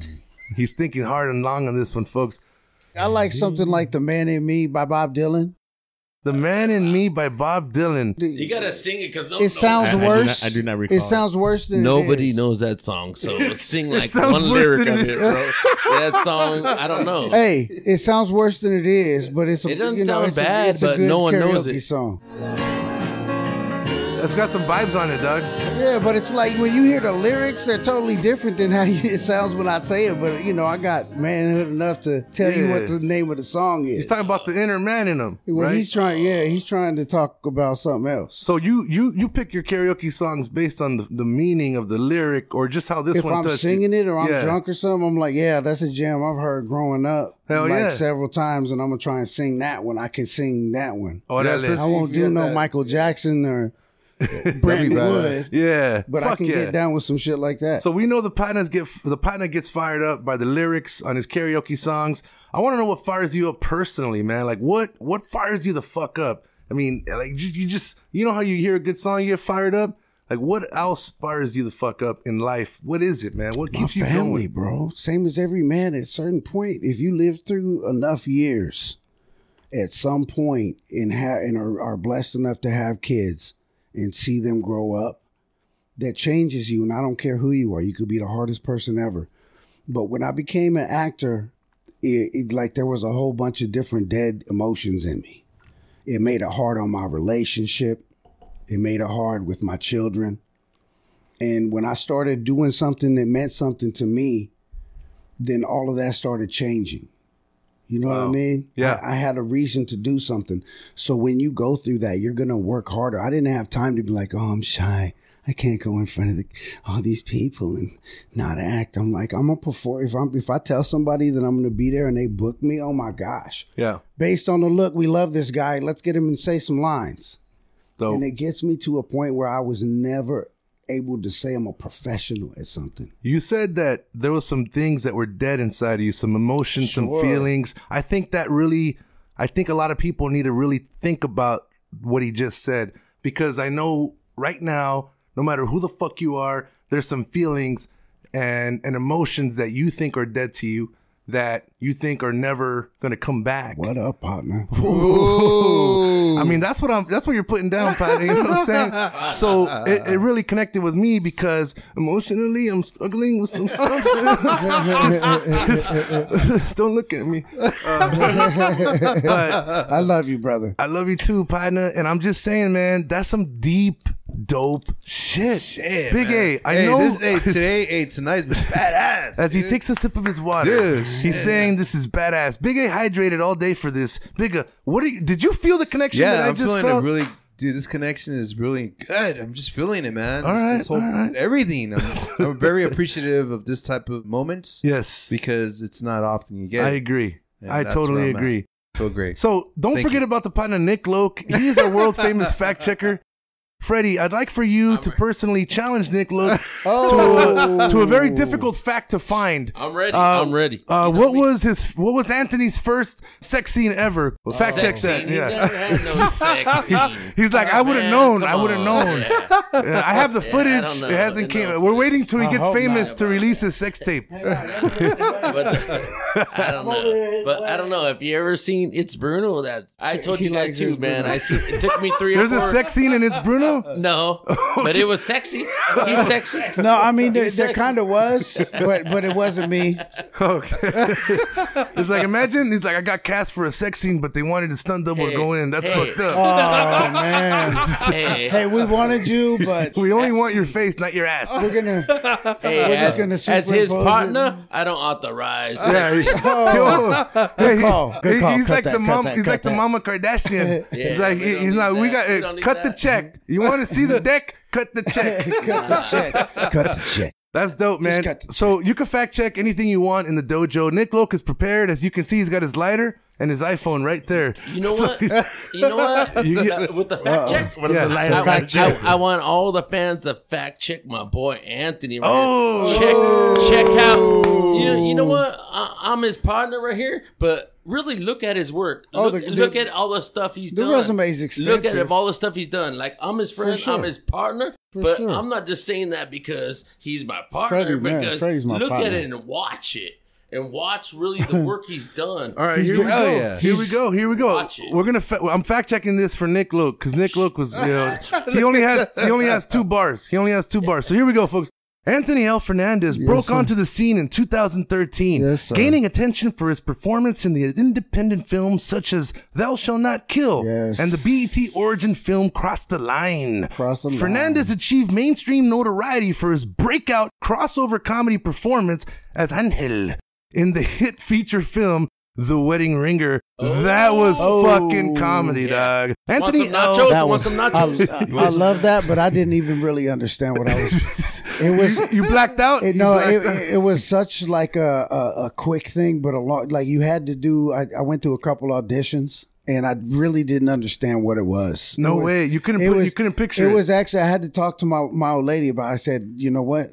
B: He's thinking hard and long on this one, folks.
G: I like something like "The Man in Me" by Bob Dylan.
B: The Man in Me by Bob Dylan.
H: You gotta sing it because
G: It
F: I-
G: sounds
F: I do not-
G: worse.
F: I do not
G: It
F: recall
G: sounds worse than it
H: Nobody
G: is.
H: knows that song, so let's sing like
B: sounds
H: one
B: worse
H: lyric
B: than
H: of
B: it
H: it, bro. that song, I don't know.
G: Hey, it sounds worse than it is, but it's a,
H: It doesn't
G: you know,
H: sound
G: it's a-
H: bad,
G: it's a
H: but
G: good
H: no one knows
G: karaoke
H: it.
G: Song.
B: It's got some vibes on it, dog.
G: Yeah, but it's like when you hear the lyrics, they're totally different than how *laughs* you, it sounds when I say it. But you know, I got manhood enough to tell you
B: Yeah.
G: what the name of the song is.
B: He's talking about the inner man in him,
G: well,
B: right?
G: he's trying. Yeah, he's trying to talk about something else.
B: so you you you pick your karaoke songs based on the, the meaning of the lyric or just how this
G: If
B: one
G: I'm
B: touched you.
G: singing it or I'm
B: Yeah.
G: drunk or something, I'm like, yeah, that's a jam I've heard growing up,
B: Hell
G: like
B: yeah.
G: several times, and I'm gonna try and sing that one. I can sing that one.
B: Órale.
G: I won't do no Michael Jackson or Brent
E: bad.
G: Wood,
B: yeah,
G: but
B: Fuck
G: I can
B: yeah.
G: get down with some shit like that.
B: So we know the partners get the partner gets fired up by the lyrics on his karaoke songs. I want to know what fires you up personally, man. Like what what fires you the fuck up? I mean, like ju- you just you know how you hear a good song, you get fired up. Like what else fires you the fuck up in life? What is it, man? What
G: My
B: keeps you going?
G: family, bro. Same as every man at a certain point. If you live through enough years, at some point, and ha- and are, are blessed enough to have kids and see them grow up, that changes you. And I don't care who you are. You could be the hardest person ever. But when I became an actor, it, it like there was a whole bunch of different dead emotions in me. It made it hard on my relationship. It made it hard with my children. And when I started doing something that meant something to me, then all of that started changing. You know what I mean?
B: Yeah.
G: I, I had a reason to do something. So when you go through that, you're going to work harder. I didn't have time to be like, oh, I'm shy. I can't go in front of the, all these people and not act. I'm like, I'm gonna perform. If I'm, if I tell somebody that I'm gonna be there and they book me, oh my gosh!
B: Yeah.
G: Based on the look, we love this guy. Let's get him and say some lines.
B: So
G: And it gets me to a point where I was never able to say I'm a professional at something.
B: you said that there was some things that were dead inside of you, some emotions, some
G: Sure.
B: feelings. I think that really I think a lot of people need to really think about what he just said because I know right now, no matter who the fuck you are, there's some feelings and and emotions that you think are dead to you that you think are never gonna come back.
G: What up, partner?
B: Ooh. I mean, that's what I'm. That's what you're putting down, Pat. You know what I'm
E: *laughs*
B: saying? So it, it really connected with me because emotionally, I'm struggling with some stuff. *laughs* Don't look at me. Uh, but
G: *laughs* I love you, brother.
B: I love you too, partner. And I'm just saying, man, that's some deep, dope shit.
E: Shit,
B: Big
E: man.
B: A. I
E: hey,
B: know. *laughs*
E: This, *laughs* hey, today, hey, tonight's been badass.
B: As he
E: dude.
B: takes a sip of his water,
E: Dude,
B: he's saying this is badass. Big A hydrated all day for this. Big A, what are you, did you feel the connection that
E: yeah,
B: I
E: I'm
B: just
E: feeling
B: felt?
E: it really. Dude, this connection is really good. I'm just feeling it, man.
B: All
E: This-
B: right,
E: this whole-
B: all right.
E: everything. I'm, I'm *laughs* very appreciative of this type of moments
B: yes.
E: because it's not often you get.
B: I
E: it.
B: agree.
E: And
B: I
E: that's
B: totally
E: where I'm at.
B: agree.
E: Feel great.
B: So don't
E: Thank
B: forget
E: you.
B: about the partner Nick Loke. He is our world famous
H: *laughs*
B: fact checker. Freddie, I'd like for you to personally challenge Nick
H: *laughs*
B: Loke to, a, to
H: Oh.
B: a very difficult fact to find.
H: I'm ready.
B: Uh,
H: I'm ready.
B: Uh, what was his? What was Anthony's first sex scene ever? fact check
H: Sex
B: that.
H: scene? He
B: Yeah. *laughs*
H: never had no sex scene.
B: He's like,
H: Oh,
B: I would've
H: man,
B: known.
H: come
B: I would've
H: on.
B: known.
H: Yeah.
B: Yeah, I have the
H: Yeah, I
B: footage.
H: don't know.
B: it hasn't
H: No.
B: came. We're waiting till he
G: I
B: gets
G: hope
B: famous
G: not.
B: to release his sex tape.
H: But I don't know. But I don't know. Have you ever seen It's Bruno? That I told
G: He
H: you guys
G: likes It's
H: too, man.
G: Bruno.
H: I see. It took me three.
G: *laughs*
B: There's
H: or
B: a
H: four,
B: sex scene and it's Bruno. know? *laughs*
H: No, but it was sexy. He's sexy.
G: No, I mean there, there kind of was, but but it
H: *laughs*
G: wasn't me.
B: Okay. it's like imagine he's like I got cast for a sex scene, but they wanted a stunt double to go in. That's
H: Hey.
B: fucked up.
G: Oh man.
H: Hey,
G: Hey,
H: hey,
G: we wanted you, but
B: We only want your face, not your ass.
G: *laughs* we're gonna. just gonna
H: as, as his
G: superimpose it.
H: partner, I don't authorize.
B: Yeah,
H: sexy.
B: he- *laughs* yo, yeah, he-
G: call. Oh. Good
B: he-
G: call.
B: He's
G: Cut
B: like
G: that,
B: the
G: cut
B: mom.
G: that,
B: He's
G: cut
B: like the
G: that.
B: mama
G: *laughs*
B: Kardashian.
H: Yeah,
B: he's like
H: we
B: he-
H: don't
B: he's
H: need
B: not. We
H: that.
B: got
H: We
B: uh,
H: don't need
B: cut the
H: that.
B: check. You want to see
G: *laughs*
B: the deck? Cut the check.
G: cut the check. Cut the check.
B: That's dope, man.
G: cut the
B: So you can fact check anything you want in the dojo. Nick Loke is prepared. As you can see, he's got his lighter and his iPhone right there.
H: You know
B: So
H: what?
B: he's- *laughs*
H: You know what?
B: You get-
H: Now, with the fact check,
B: Yeah.
H: I,
B: Light
H: I-
B: up fact check.
H: I- I want all the fans to fact check my boy Anthony. Right
B: Oh.
H: check check out. You know, you know what? I, I'm his partner right here, but really look at his work.
G: Oh,
H: look,
G: the-
H: look
G: the-
H: at all the stuff he's
G: the
H: done.
G: resume's
H: Look at
G: extensive.
H: him, all the stuff he's done. Like I'm his friend,
G: sure.
H: I'm his partner, but
G: sure.
H: I'm not just saying that because he's my partner.
G: Freddie, man,
H: because
G: Freddie's my
H: look at
G: partner.
H: it and watch it, and watch really
B: *laughs*
H: the work he's done.
B: All right, here we
E: hell
B: go.
E: yeah.
B: Here we go. Here we go.
H: Watch it.
B: We're gonna. Fa- I'm fact checking this for Nick Luke because Nick Luke was. You *laughs* know, he only has. He only has two bars. He only has two bars. So here we go, folks. Anthony L. Fernandez broke onto the scene in 2013,
G: Yes, sir.
B: gaining attention for his performance in the independent films such as Thou Shall Not Kill
G: Yes.
B: and the BET origin film Cross the Line.
G: Cross the Line.
B: Fernandez achieved mainstream notoriety for his breakout crossover comedy performance as Angel in the hit feature film The Wedding Ringer. That was
G: Oh.
B: fucking comedy,
H: Yeah.
B: dog.
H: Want
B: Anthony
H: some nachos?
B: L.
H: want some nachos?
G: I, I love that, but I didn't even really understand what I *laughs* was. It was
B: You blacked *laughs* out.
G: it,
B: You
G: no,
B: blacked
G: it,
B: out.
G: it, it was such like a, a, a quick thing, but a lot like you had to do. I, I went through a couple auditions, and I really didn't understand what it was.
B: No
G: It was-
B: way. You couldn't.
G: it
B: put, you
G: was-
B: couldn't picture
G: it
B: it.
G: was actually I had to talk to my my old lady about. It. I said, you know what?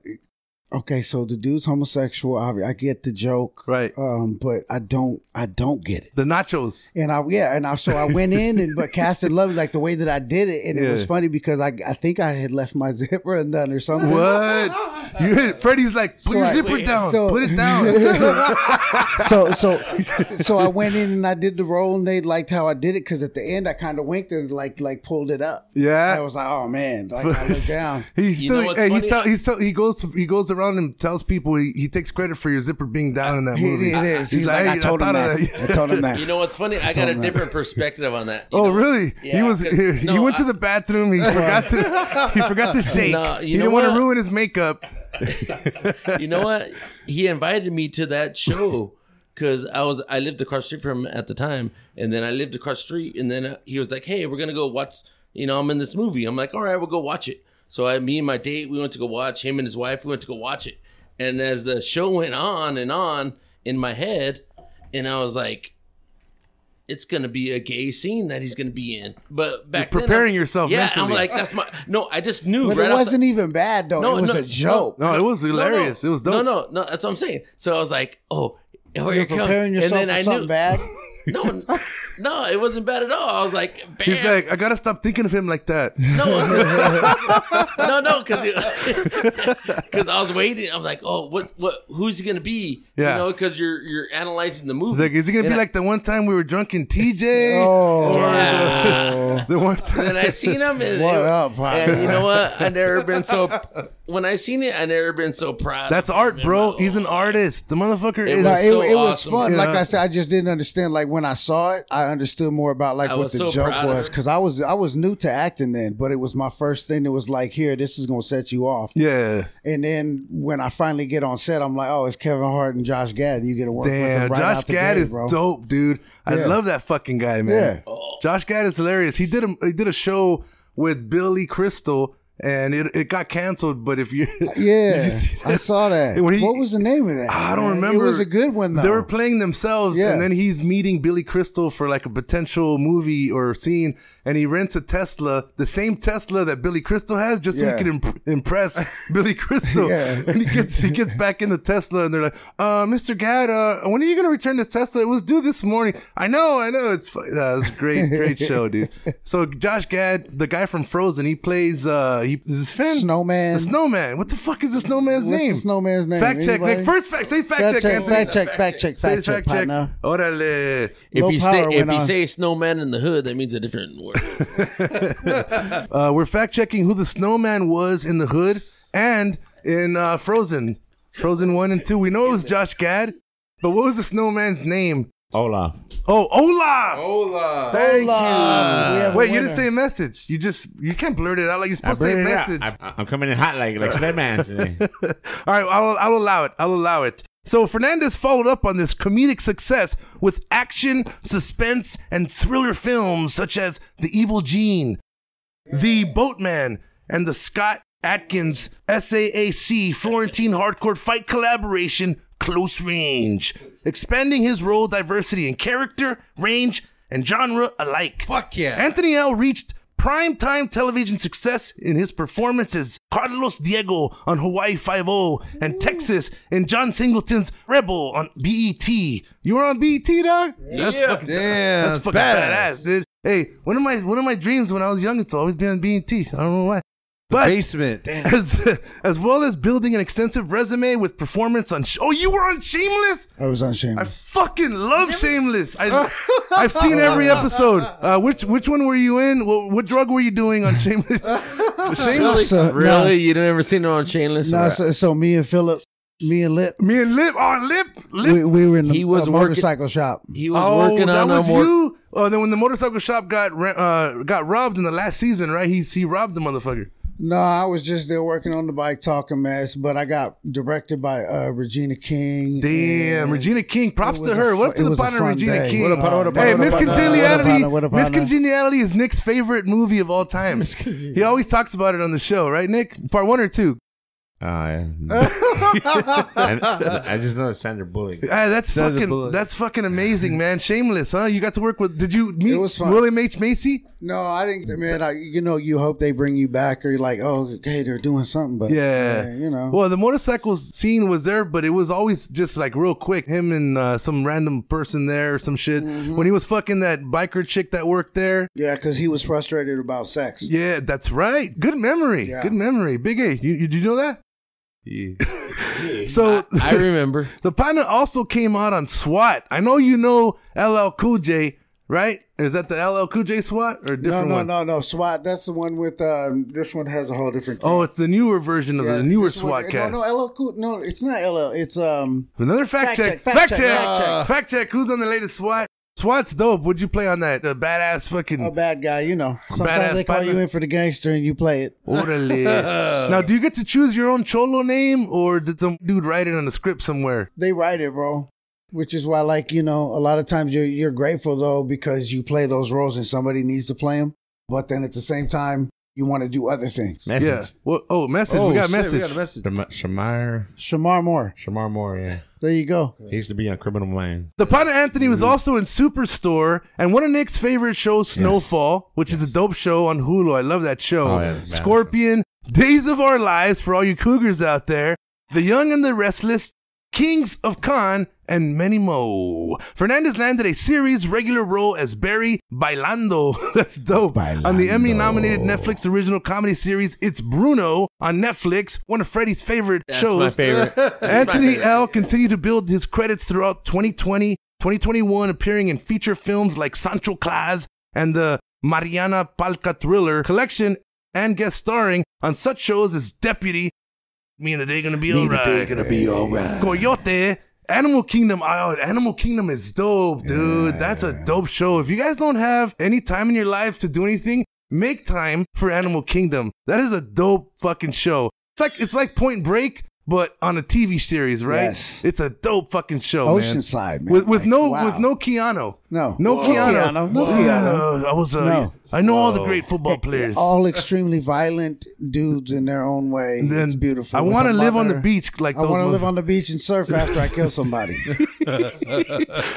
G: Okay, so the dude's homosexual. I, I get the joke,
B: Right.
G: Um, but I don't I don't get it.
B: the
G: *laughs*
B: nachos.
G: And I yeah, and I so I went in and but casted love like the way that I did it, and
B: Yeah.
G: it was funny because I I think I had left my *laughs* zipper undone or something.
B: What? You, Freddie's like, put your
G: I-
B: zipper down.
G: so-
B: put it
G: *laughs*
B: down. *laughs*
G: so so so I went in and I did the role and they liked how I did it because at the end I kind of winked and like like pulled it up.
B: Yeah.
G: I was like, oh man, like I looked down.
B: He
H: You know
B: still,
H: what's
B: hey, he,
H: funny?
B: tell, he, tell, he goes, he goes around and tells people he, he takes credit for your zipper being down in *laughs* that
G: It-
B: movie.
G: it is. He's, like,
B: "Hey,
G: I told him
B: thought
G: that.
B: of
G: I told him that.
H: You know what's funny? I got a different perspective on that.
B: *laughs*
H: you
B: Oh
H: know?
B: really? he
H: Yeah,
B: was. *laughs* He,
H: *laughs* 'cause- no,
B: went to
H: I-
B: the
H: *laughs*
B: bathroom. He forgot to. He forgot to shake.
H: No, you
B: he
H: know
B: didn't want to
H: what?
B: ruin his makeup.
H: You know what? He invited me to that show because I was I lived across the street from him at the time, and then I lived across the street, and then uh, he was like, "Hey, we're gonna go watch." You know, I'm in this movie. I'm like, "All right, we'll go watch it." So I, me and my date, we went to go watch him and his wife. We went to go watch it, and as the show went on and on in my head, and I was like. It's gonna be a gay scene that he's gonna be in, but back then I'm-
B: preparing yourself
H: Yeah, I'm
B: mentally.
H: like that's my no. I just knew
G: But
H: right
G: it
H: off the-
G: wasn't even bad though. it was a joke.
B: No, it was hilarious. It was dope.
H: No, no, no. That's what I'm saying. So I was like, oh, here
G: You're
H: it comes.
G: preparing yourself
H: and
G: for
H: then I
G: something
H: knew, *laughs*
G: bad.
H: No, n-
B: *laughs*
H: no, it wasn't bad at all. I was like, bam.
B: He's like, I gotta stop thinking of him like that. *laughs*
H: no, *laughs* no, no, *laughs* because because I was waiting. I'm like, oh, what, what, who's he gonna be?
B: Yeah.
H: You know, because you're you're analyzing the
B: He's
H: movie.
B: like, is he gonna be
H: And I-
B: like the one time we were drunk in TJ?
G: Oh.
B: Or
H: *laughs* Yeah.
B: *laughs* the, the one time.
H: and Oh. I seen him. And,
G: What up, Pop?
H: and you know what? I never been so. When I seen it, I never been so proud.
B: That's
H: of
B: art,
H: him.
B: bro. He's an artist. The motherfucker
H: It
B: is.
G: No,
H: was
G: it,
H: so
G: it was
H: awesome.
G: fun.
B: You
G: Like
B: know?
G: I said, I just didn't understand. Like when I saw it, I understood more about like
H: I
G: what
H: was
G: the
H: so
G: joke
H: proud of
G: was
H: her.
G: because I was I was new to acting then, but it was my first thing that was like, here, this is gonna set you off.
B: yeah.
G: And then when I finally get on set, I'm like, oh, it's Kevin Hart and Josh Gad. and You get to work with
B: Damn,
G: them right
B: Josh
G: out the
B: Gad
G: gate,
B: is
G: bro.
B: dope, *laughs* dude. I
G: Yeah.
B: love that fucking guy,
G: Yeah.
B: man. Josh Gad is hilarious. He did a he did a show with Billy Crystal, and it, it got canceled. But if you,
G: Yeah,
B: you see
G: I saw that.
B: When he-
G: what was the name of that?
B: I don't
G: man?
B: remember.
G: It was a good one though.
B: They were playing themselves,
G: Yeah.
B: and then he's meeting Billy Crystal for like a potential movie or scene, and he rents a Tesla, the same Tesla that Billy Crystal has, just so
G: Yeah.
B: he can imp-
G: *laughs*
B: impress Billy Crystal.
G: Yeah.
B: And he gets he gets back in the Tesla, and they're like, "Uh, Mr. Gadd, uh, when are you gonna return this Tesla? It was due this morning. I know, I know.
G: *laughs*
B: It's fu- uh, it's a great, great show, dude. So Josh Gad, the guy from Frozen, he plays uh, He, is his fan?
G: Snowman.
B: The snowman. What the fuck is the snowman's
G: What's
B: name?
G: the snowman's name?
B: Fact check,
G: Anybody?
B: Nick. First fact. Say fact,
G: Fact
B: check,
G: check,
B: Anthony.
G: fact check, fact check,
B: Say
G: fact check, partner.
B: Órale.
H: If
G: Low
H: you
G: power
H: say if
G: went
H: you
G: on.
H: say snowman in the hood, that means a
B: *laughs*
H: different word.
B: Uh, we're fact checking who the snowman was in the hood and in uh, Frozen. Frozen 1 and 2. We know it was Josh Gad, but what was the snowman's name?
F: Hola.
B: Oh, Olaf.
E: Hola.
B: Thank
H: uh,
G: Olaf. We
B: you.
G: have a
B: Wait, you
G: winner.
B: didn't say a message. You just you can't blurt it out like you're supposed to say a
F: bring it up.
B: message.
F: I- I'm coming in hot like like Sledman *laughs* today.
B: *laughs* All right, I'll, I'll allow it. I'll allow it. So Fernandez followed up on this comedic success with action, suspense, and thriller films such as The Evil Gene, The Boatman, and the Scott Atkins SAAC Florentine Hardcore Fight collaboration Close Range, expanding his role diversity in character, range, and genre alike.
E: Fuck yeah.
B: Anthony L reached primetime television success in his performances Carlos Diego on Hawaii 5 and Texas in John Singleton's Rebel on BET. You were on BET, dog? That's fucking
E: Damn,
B: That's fucking badass. dude. Hey, one of my one of my dreams when I was young is to always be on BET. I don't know why. But
E: Basement.
B: as, *laughs* as well as building an extensive resume with performance on Sh- Oh, you were on Shameless?
G: I was on
B: I
G: Shameless.
B: fucking love Shameless. I, I've seen every episode. Uh, which which one were you in? What, what drug were you doing on Shameless? Shameless.
G: So,
H: really? You don't ever seen her on Chainless?
G: No, so, so me and Philip, me and Lip,
B: Me and Lip on Lip. Lip.
G: we, we were in the
H: He was
G: a
H: working-
G: motorcycle shop.
H: he was
B: oh,
H: working
B: that
H: on a
B: was
H: more.
B: you. Oh, then when the motorcycle shop got ra- uh, got robbed in the last season, right? He he robbed the motherfucker.
G: No, I was just there working on the bike talking mess, but I got directed by uh, Regina King.
B: Damn,
G: and-
B: Regina King. Props
G: It was
B: to
G: a
B: her. What up to
G: fu- it
B: the
G: was a
B: partner,
G: fun
B: Regina
G: day.
B: King?
G: What a partner, what a
B: hey,
G: partner, what a partner,
B: miscongeniality.
G: what a partner, what a partner.
B: Miscongeniality is Nick's favorite movie of all
G: *laughs*
B: time. he always talks about it on the show, right, Nick? Part one or two?
G: *laughs*
F: Uh, I, I just know it's Sandra Bullock.
B: Ah, that's
E: Sandra
B: fucking.
E: Bullock.
B: That's fucking amazing, man. Shameless, huh? You got to work with. Did you meet
G: was fun.
B: William H Macy?
G: No, I didn't. Man, I, you know, you hope they bring you back, or you're like, oh, okay, they're doing something, but
B: Yeah.
G: uh, you know.
B: Well, the motorcycle scene was there, but it was always just like real quick. Him and uh, some random person there or some shit.
G: Mm-hmm.
B: When he was fucking that biker chick that worked there.
G: yeah, because he was frustrated about sex.
B: Yeah, that's right. Good memory.
G: Yeah.
B: Good memory. Big A, you, you, you know that? *laughs* so *laughs*
H: I remember.
B: the partner also came out on SWAT. I know you know LL Cool J, right? Is that the LL Cool J SWAT or a
G: No,
B: different
G: no,
B: one?
G: no, no. SWAT. That's the one with. Um, this one has a whole different.
B: Oh, it's the newer version of
G: Yeah,
B: the newer
G: this one-
B: SWAT cast.
G: No, no, LL Cool. No, it's not LL. It's um.
B: Another fact,
G: Fact
B: check.
G: check, fact
B: Fact check.
G: check,
B: Fact
G: fact
B: check.
G: check.
B: Who's on the latest SWAT? SWAT's dope. Would you play on that uh, badass fucking?
G: A bad guy, you know. Sometimes
B: Badass
G: they call
B: partner.
G: you in for the gangster and you play it. *laughs*
B: Orale. now, do you get to choose your own cholo name, or did some dude write it on a script somewhere?
G: They write it, bro. Which is why, like you know, a lot of times you're you're grateful though because you play those roles and somebody needs to play them. But then at the same time, you want to do other things.
F: Message.
B: Yeah. Well, oh, message. we got a
E: shit,
B: message.
E: We got a message.
F: Shama- Shamar,
G: Shamar Moore.
F: Shamar Moore, yeah.
G: There you go.
F: He used to be on Criminal Minds.
B: The partner Anthony
F: Mm-hmm.
B: was also in Superstore and one of Nick's favorite shows, Snowfall, which is a dope show on Hulu. I love that show.
F: Oh, yeah, it's badass.
B: Scorpion, Days of Our Lives for all you cougars out there, The Young and the Restless, Kings of Con, and many more. Fernandez landed a series regular role as Barry Bailando. *laughs* That's dope. On the Emmy nominated Netflix original comedy series It's Bruno on Netflix, one of Freddie's favorite
H: That's
B: shows.
H: my favorite.
B: Anthony L. continued to build his credits throughout 2020, 2021, appearing in feature films like Sancho Claus and the Mariana Palca Thriller Collection and guest starring on such shows as Deputy, Me and the Day Gonna Be Alright. Gonna Be Alright. Coyote, Animal Kingdom. Oh, Animal Kingdom is dope, dude. That's a dope show. If you guys don't have any time in your life to do anything, make time for Animal Kingdom. That is a dope fucking show. It's like it's like Point Break, but on a TV series, right?
G: Yes.
B: It's a dope fucking show, man.
G: Oceanside, man.
B: With, with
G: Like,
B: no
G: wow.
B: with no Keanu.
G: no
B: No Keanu.
G: No
B: Whoa.
G: Keanu.
B: Uh, I was uh,
G: No.
B: I know all the great football players.
G: All extremely violent dudes in their own way.
B: And then
G: it's beautiful.
B: I
G: With
B: wanna
G: a
B: live on the
G: mother.
B: beach like
G: I
B: those
G: want to live
B: mother-
G: on the beach and surf after I kill
B: *laughs*
G: somebody.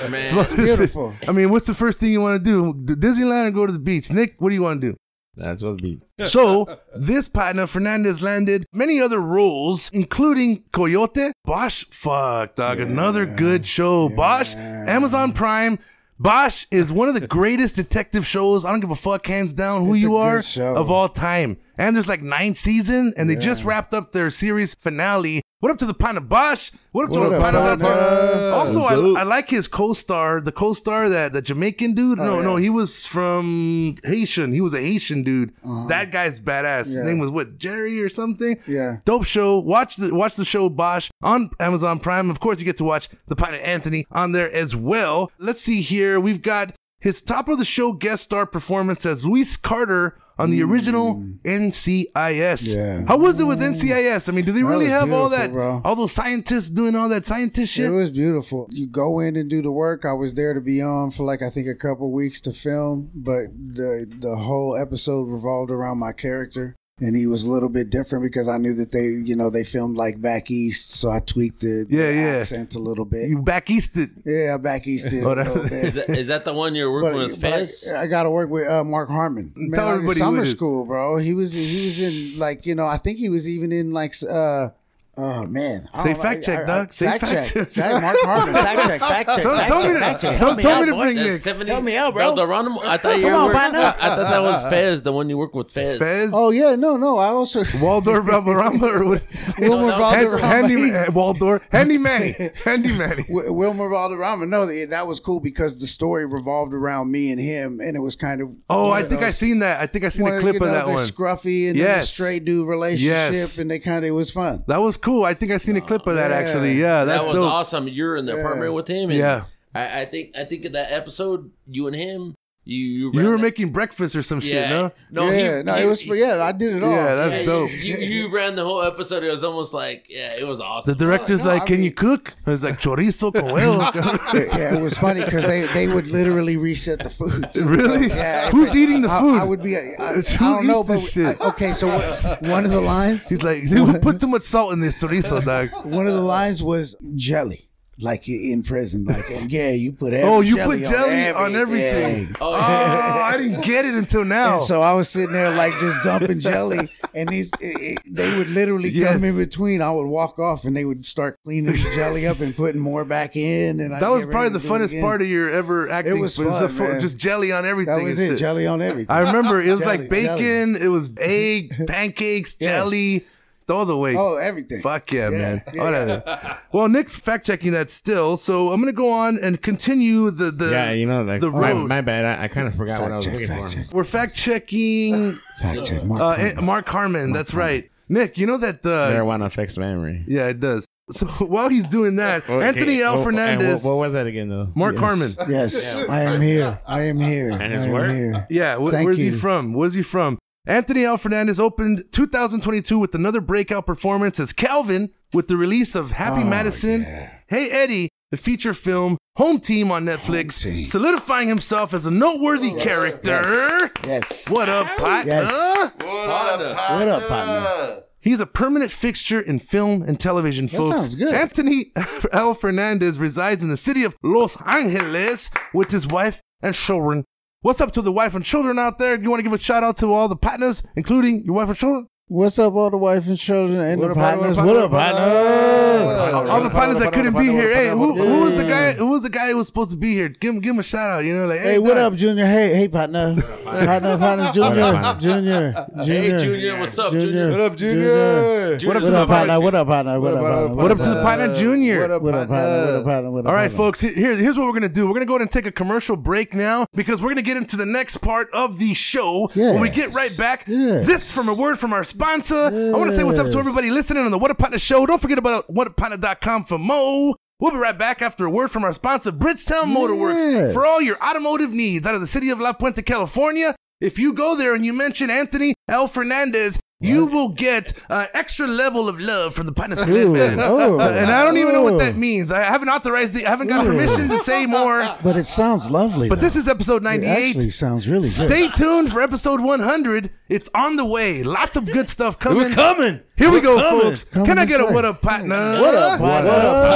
H: Man,
G: beautiful.
B: I mean, what's the first thing you want to do? D- Disneyland or go to the beach? Nick, what do you want to do?
F: That's what it be.
G: *laughs*
B: So, this partner, Fernandez, landed many other roles, including Coyote, Bosch, fuck, dog, another good show. Bosch, Amazon Prime. Bosch is one of the greatest detective shows. I don't give a fuck, hands down, who
G: It's a
B: you
G: good
B: are,
G: show.
B: of all time. And there's like nine season, and they just wrapped up their series finale. What up to the Pana Bosch? What up to
C: What
B: the
C: up,
B: Pana out
C: Pana?
B: there? Also,
H: Dope.
B: I, I like his co-star, the co-star that the Jamaican dude.
G: Oh,
B: no, no, he was from Haitian. He was a Haitian dude. That guy's badass. His
G: Uh-huh. Yeah.
B: name was what Jerry or something.
G: Yeah.
B: Dope show. Watch the watch the show Bosch on Amazon Prime. Of course, you get to watch the Pirate Anthony on there as well. Let's see here. We've got his top of the show guest star performance as Luis Carter on the original NCIS.
G: Mm. Yeah.
B: How was it with NCIS? I mean, do they
G: That
B: really
G: was
B: have all
G: beautiful,
B: that?
G: bro.
B: All those scientists doing all that scientist shit.
G: It was beautiful. You go in and do the work. I was there to be on for like I think a couple weeks to film, but the the whole episode revolved around my character. And he was a little bit different because I knew that they, you know, they filmed like back east, so I tweaked the, the
B: Yeah, yeah.
G: accent a little bit.
B: you back east it.
G: Yeah, back east did.
B: *laughs*
G: a
B: Whatever.
G: little bit.
H: *laughs* Is that, is that the one you're working
G: But-
H: with,
G: but I-
H: Fez?
G: I, got to work with uh, Mark Harmon. Man,
B: Tell
G: I was in
B: everybody who
G: summer
B: it is.
G: school, bro. He was he was in like you know I think he was even in like s- uh oh man I
B: Say
G: don't know.
B: fact check,
G: I- I-
B: dog. Say
G: fact,
B: fact check.
G: check. Fact- Mark Harmon. Fact
B: *laughs*
G: check. Fact check.
B: Someone
G: fact
B: told
G: check,
B: me to-
G: fact check.
B: someone
G: Help me
B: told
G: out,
B: me to
G: boy.
B: bring
H: That's
B: Nick.
H: 70
G: Help me out, bro.
H: Valderrama? I thought you
A: Come on,
H: were.
A: why
H: I, I
A: not?
H: thought
B: *laughs*
H: that was Fez, the one you work with, Fez.
B: Fez. *laughs*
G: Oh yeah, no, no. I also *laughs*
B: Waldorf Valderrama or what?
G: Wilmer
B: Hand,
G: Valderrama.
B: handy, uh,
G: *laughs*
B: Waldorf, handy Manny, handy Manny.
G: Wi- Wilmer Valderrama. No, th- that was cool because the story revolved around me and him, and it was kind of.
B: Oh,
G: one
B: I
G: of
B: think I
G: those-
B: seen that. I think I seen
G: one
B: a clip
G: you
B: of
G: know,
B: that
G: the
B: one.
G: Scruffy and then the
B: Yes.
G: straight dude relationship,
B: Yes.
G: and they kind of it was fun.
B: That was cool. I think I seen a clip of that
G: Yeah.
B: actually. Yeah, that's
H: that was
B: dope.
H: awesome. You're in the apartment with him. And
B: Yeah.
H: I, I think I think in that episode, you and him, you you,
B: You
H: ran
B: were
H: that-
B: making breakfast or some shit, no?
H: no, he-
G: yeah, no,
H: he-
G: it was for yeah. I did it all.
B: Yeah, that's
H: yeah,
B: dope.
H: You, you ran the whole episode. It was almost like yeah, it was awesome.
B: The director's
G: no,
B: like,
G: I
B: "Can you
G: mean-
B: cook?" I was like, "Chorizo con
G: *laughs*
B: huevo."
G: yeah, it was funny because they, they would literally reset the food. too,
B: *laughs*
G: bro.
B: really?
G: Yeah.
B: Who's eating the
G: I,
B: food?
G: I would be. I, I, I
B: Who
G: don't know,
B: eats this
G: but
B: shit?
G: I- okay. So what- one of the lines,
B: He's like, "You put too much salt in this chorizo, dog."
G: one of the lines was jelly, like i- in prison, like and yeah, you put. Every
B: Oh, you
G: jelly
B: put jelly on everything.
G: Yeah.
B: Oh, I didn't get it until now.
G: And so I was sitting there like just dumping jelly, and these- it, it, they would literally
B: Yes.
G: come in between. I would walk off, and they would start cleaning the jelly up and putting more back in. And I'd
B: that was
G: get ready
B: probably
G: to
B: the
G: do it
B: funnest
G: again.
B: part of your ever acting.
G: was
B: but it's
G: fun,
B: the fu-
G: man.
B: Just jelly on everything.
G: That was
B: and
G: it,
B: shit.
G: jelly on everything.
B: I remember it was
G: Jelly,
B: like bacon, it
G: *laughs*
B: was egg, pancakes, jelly, all the way.
G: Oh, everything.
B: Fuck yeah, man.
G: yeah.
B: Whatever. Well, Nick's fact checking that still, so I'm gonna go on and continue the the
F: yeah, you know, like
B: the
F: my,
B: road.
F: my bad. I, I kind of forgot what I was
G: check, fact
F: looking for.
B: We're fact checking
G: Fact check. Mark
B: uh,
G: *laughs* Harmon.
B: eh, Mark Harmon. that's right. Nick, you know that uh, the
F: Marijuana affects memory.
B: yeah it does. *laughs* So while he's doing that,
F: Okay.
B: Anthony L.
F: Oh, and
B: Fernandez,
F: What, what was that again, though?
B: Mark Harmon.
G: Yes, I am here. I am here.
F: And his
G: I am
F: work?
G: here.
B: Yeah, wh-
G: Thank
B: where's he
G: you.
B: from? Where's he from? Anthony L. Fernandez opened 2022 with another breakout performance as Calvin with the release of Happy
G: Oh,
B: Madison,
G: yeah.
B: Hey Eddie, the feature film Home Team on Netflix,
G: Home Team. Oh,
B: solidifying himself as a noteworthy character.
G: Yes.
B: What up, partner?
G: Yes.
H: Harmon.
G: What up, partner?
B: He's a permanent fixture in film and television, folks.
G: sounds good.
B: Anthony *laughs* L. Fernandez resides in the city of Los Angeles with his wife and children. What's up to the wife and children out there? You want to give a shout out to all the partners, including your wife and children?
G: What's up, all the wife and children and
E: What
G: the
E: up, partner?
G: partners? What up,
E: What up,
G: partner?
E: partner?
B: all the partners that couldn't be here. Hey, who, who was the guy? Who was the guy who was supposed to be here? Give him, give him a shout out. You know, like, hey,
G: Hey, what
B: dog.
G: up, Junior? Hey, hey, partner.
B: *laughs*
G: partner, partner, Junior,
F: partner?
G: Junior, Junior.
H: Hey, Junior, what's up, Junior?
E: What up, Junior?
H: Junior,
G: What up, partner? What up, partner? What up, partner?
B: What up to the partner, Junior?
E: What up,
G: What up, partner? What up,
E: partner?
G: partner? What up,
B: All right,
G: partner?
B: folks, he- here, here's what we're going to do. We're going to go ahead and take a commercial break now because we're going to get into the next part of the show. When we get right back,
G: Yes.
B: this from a word from our sponsor. I want to say what's up to everybody listening on the What a Partner Show. Don't forget about whatapana.com for Mo. We'll be right back after a word from our sponsor, Bridgetown Motorworks,
G: Yes.
B: for all your automotive needs out of the city of La Puente, California. If you go there and you mention Anthony L. Fernandez, you will get an extra level of love from the Partner
G: Ooh,
B: Man.
G: oh,
B: Uh, *laughs* and I don't even know what
G: oh.
B: that means. I haven't authorized it. I haven't got
G: Ooh.
B: permission to say
G: *laughs*
B: more.
G: But it sounds lovely.
B: But this
G: though.
B: is episode
G: It actually
B: 98.
G: sounds really good.
B: Stay tuned for episode 100. It's on the way. Lots of good stuff coming.
E: coming.
B: Here we go, folks.
G: Coming
B: Can I
G: this
B: get a
G: way.
B: what up, partner?
G: What up, partner?
E: What up,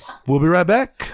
E: partner?
B: We'll be right back.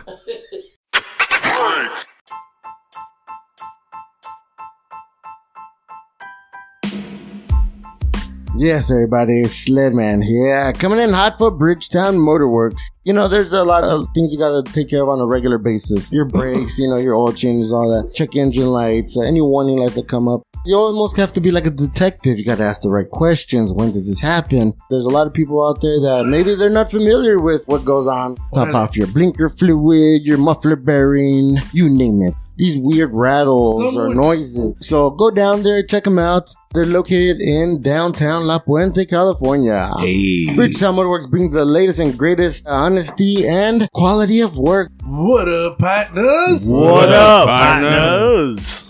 C: Yes, everybody, it's Sledman here. Coming in hot for Bridgetown Motorworks. You know, there's a lot of things you gotta take care of on a regular basis. Your brakes, you know, your oil changes, all that. Check engine lights, uh, any warning lights that come up. you almost have to be like a detective. You got to ask the right questions. When does this happen? There's a lot of people out there that maybe they're not familiar with what goes on. Pop off your blinker fluid, your muffler bearing, you name it. These weird rattles or
B: Someone-
C: noises. So go down there, check them out. They're located in downtown La Puente, California. Bridgetown Motorworks brings the latest and greatest honesty and quality of work
B: What up, partners?
I: What up, partners?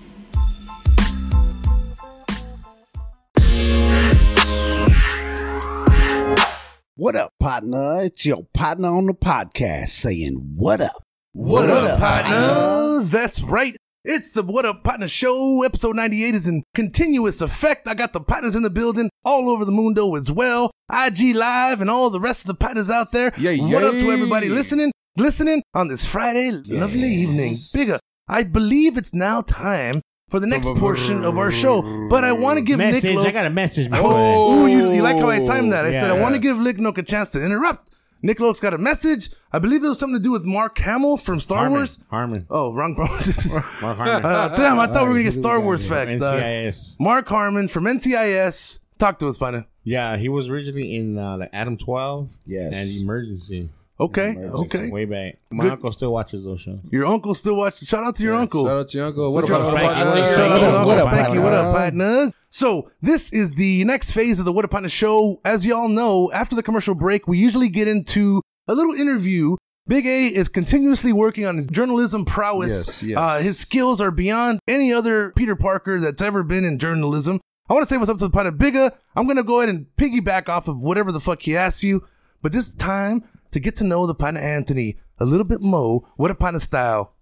G: What up, partner? It's your partner on the podcast saying, What up?
B: What,
G: What
B: up,
G: up,
B: partners? That's right. It's the What Up Partner Show. Episode 98 is in continuous effect. I got the partners in the building all over the mundo as well. IG Live and all the rest of the partners out there.
E: Yeah,
B: what up to
E: yeah.
B: everybody listening? Listening on this Friday, lovely evening. Bigger. I believe it's now time for the next portion of our show, but I want to give
F: message.
B: Nick. Lo-
F: I got a message. My boy.
B: Oh, ooh, you, you like how I timed that? I said I
F: Yeah.
B: want to give Lick Nook a chance to interrupt. Nick Loke's got a message. I believe it was something to do with Mark Hamill from Star
F: Harmon.
B: Wars.
F: Harmon.
B: Oh, wrong. wrong.
F: Mark
B: *laughs*
F: Harmon.
B: Uh, damn, I thought we were gonna get Star Wars facts. dog.
F: NCIS.
B: Mark Harmon from NCIS. Talk to us, partner.
F: Yeah, he was originally in uh, like Adam Twelve.
G: Yes.
F: And Emergency.
B: Okay,
F: Emergency,
B: okay.
F: Way back. My
B: Good.
F: uncle still watches those shows.
B: Your uncle still watches. Shout out to your uncle.
E: Shout out to your uncle. What
F: Shout
E: about
F: out to Frankie.
E: partners?
F: Shout out to
E: What
F: Uncle
E: up,
B: What up,
F: Frankie.
B: thank you. What up, partners? So this is the next phase of the What Up Partner Show. As y'all know, after the commercial break, we usually get into a little interview. Big A is continuously working on his journalism prowess.
E: Yes, yes.
B: Uh, his skills are beyond any other Peter Parker that's ever been in journalism. I want to say what's up to the partner Bigga. I'm gonna go ahead and piggyback off of whatever the fuck he asks you, but this time to get to know the partner Anthony a little bit more. What a partner style.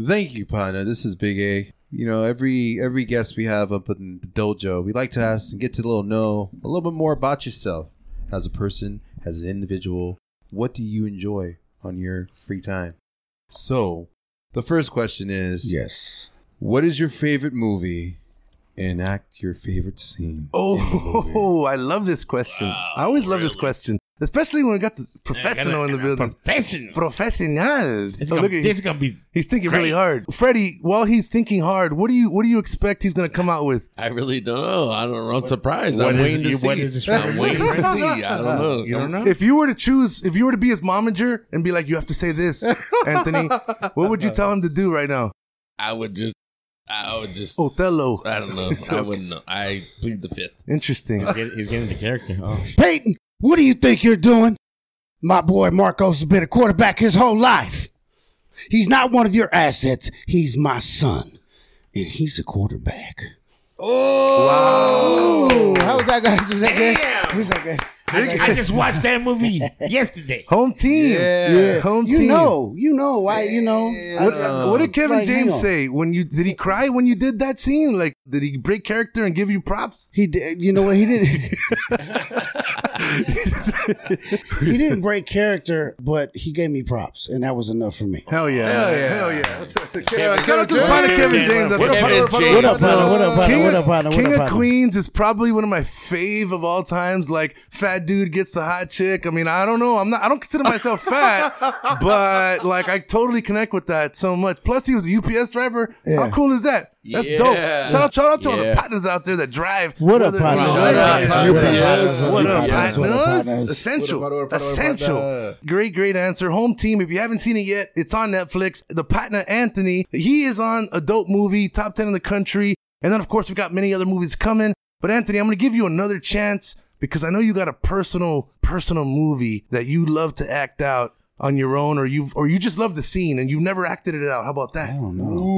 E: Thank you, partner. This is Big A. You know, every every guest we have up in the dojo, we like to ask and get to little know a little bit more about yourself as a person, as an individual. What do you enjoy on your free time? So, the first question is,
G: Yes.
E: what is your favorite movie? And act your favorite scene.
B: Oh, *laughs*
E: in the movie.
B: I love this question. I always love this question, especially when we got the professional in the building.
F: Professional.
B: Professional.
F: This is
B: Oh,
F: gonna-
B: look at-
F: this is gonna be.
B: He's thinking really
F: great.
B: hard. Freddie, while he's thinking hard, what do you what do you expect he's going to come out with?
H: I really don't know. I don't know. I'm surprised.
F: what
H: I'm
F: is-
H: waiting to
F: you-
H: see.
F: what is this
H: I'm
F: for?
H: waiting
F: *laughs*
H: to see. I don't know.
F: You don't know?
B: If you were to choose, if you were to be his momager and be like, you have to say *laughs* this, Anthony, what would you tell him to do right now?
H: I would just. I would just.
F: Oh.
B: Othello.
H: I don't know. I wouldn't know. I plead the fifth.
B: Interesting.
F: He's getting, he's getting into character. Oh,
G: Peyton, what do you think you're doing? My boy Marcos has been a quarterback his whole life. He's not one of your assets. He's my son. And he's a quarterback. Oh! Wow. How was that, guys? Was that good? Was that good?
F: I, I just watched that movie *laughs* yesterday.
B: Home team. Yeah. Home
G: You
B: team.
G: know, you know, why, you know.
B: What,
G: I-
B: what
E: Um,
B: did Kevin
G: like, hang
B: James
G: on.
B: say when you did he cry when you did that scene? Like, did he break character and give you props?
G: He did. You know what? He didn't. *laughs* he didn't break character, but he gave me props, and that was enough for me.
B: Hell yeah. Hell yeah. Hell yeah. Shout out
H: Kevin
B: to the partner, Kevin
F: James.
B: James.
F: What
B: What up,
H: up,
B: partner?
H: Kevin
B: What up,
H: James?
B: partner?
G: What up, partner?
B: King
G: What
B: of-
G: up, partner? What
B: King
G: up,
B: of
G: partner?
B: Queens is probably one of my fave of all times. Like fat dude gets the hot chick. I mean, I don't know. I'm not. I don't consider myself
G: *laughs*
B: fat, but like I totally connect with that so much. Plus, he was a UPS driver. How cool is that? That's
H: Yeah.
B: dope. Shout out, shout out to all the
H: Yeah.
B: partners out there that drive.
G: What up,
B: Whether-
G: partners?
B: What up,
H: What up,
B: partners?
H: partners?
B: What up,
H: What up,
B: partners?
G: partners?
E: What up,
B: Essential.
E: what up, what up, what up,
B: Essential.
E: partner?
B: Great, great answer. Home team. If you haven't seen it yet, it's on Netflix. The partner Anthony, he is on a dope movie, top ten in the country, and then of course we've got many other movies coming. But Anthony, I'm gonna give you another chance because I know you got a personal, personal movie that you love to act out on your own, or you, or you just love the scene and you've never acted it out. How about that?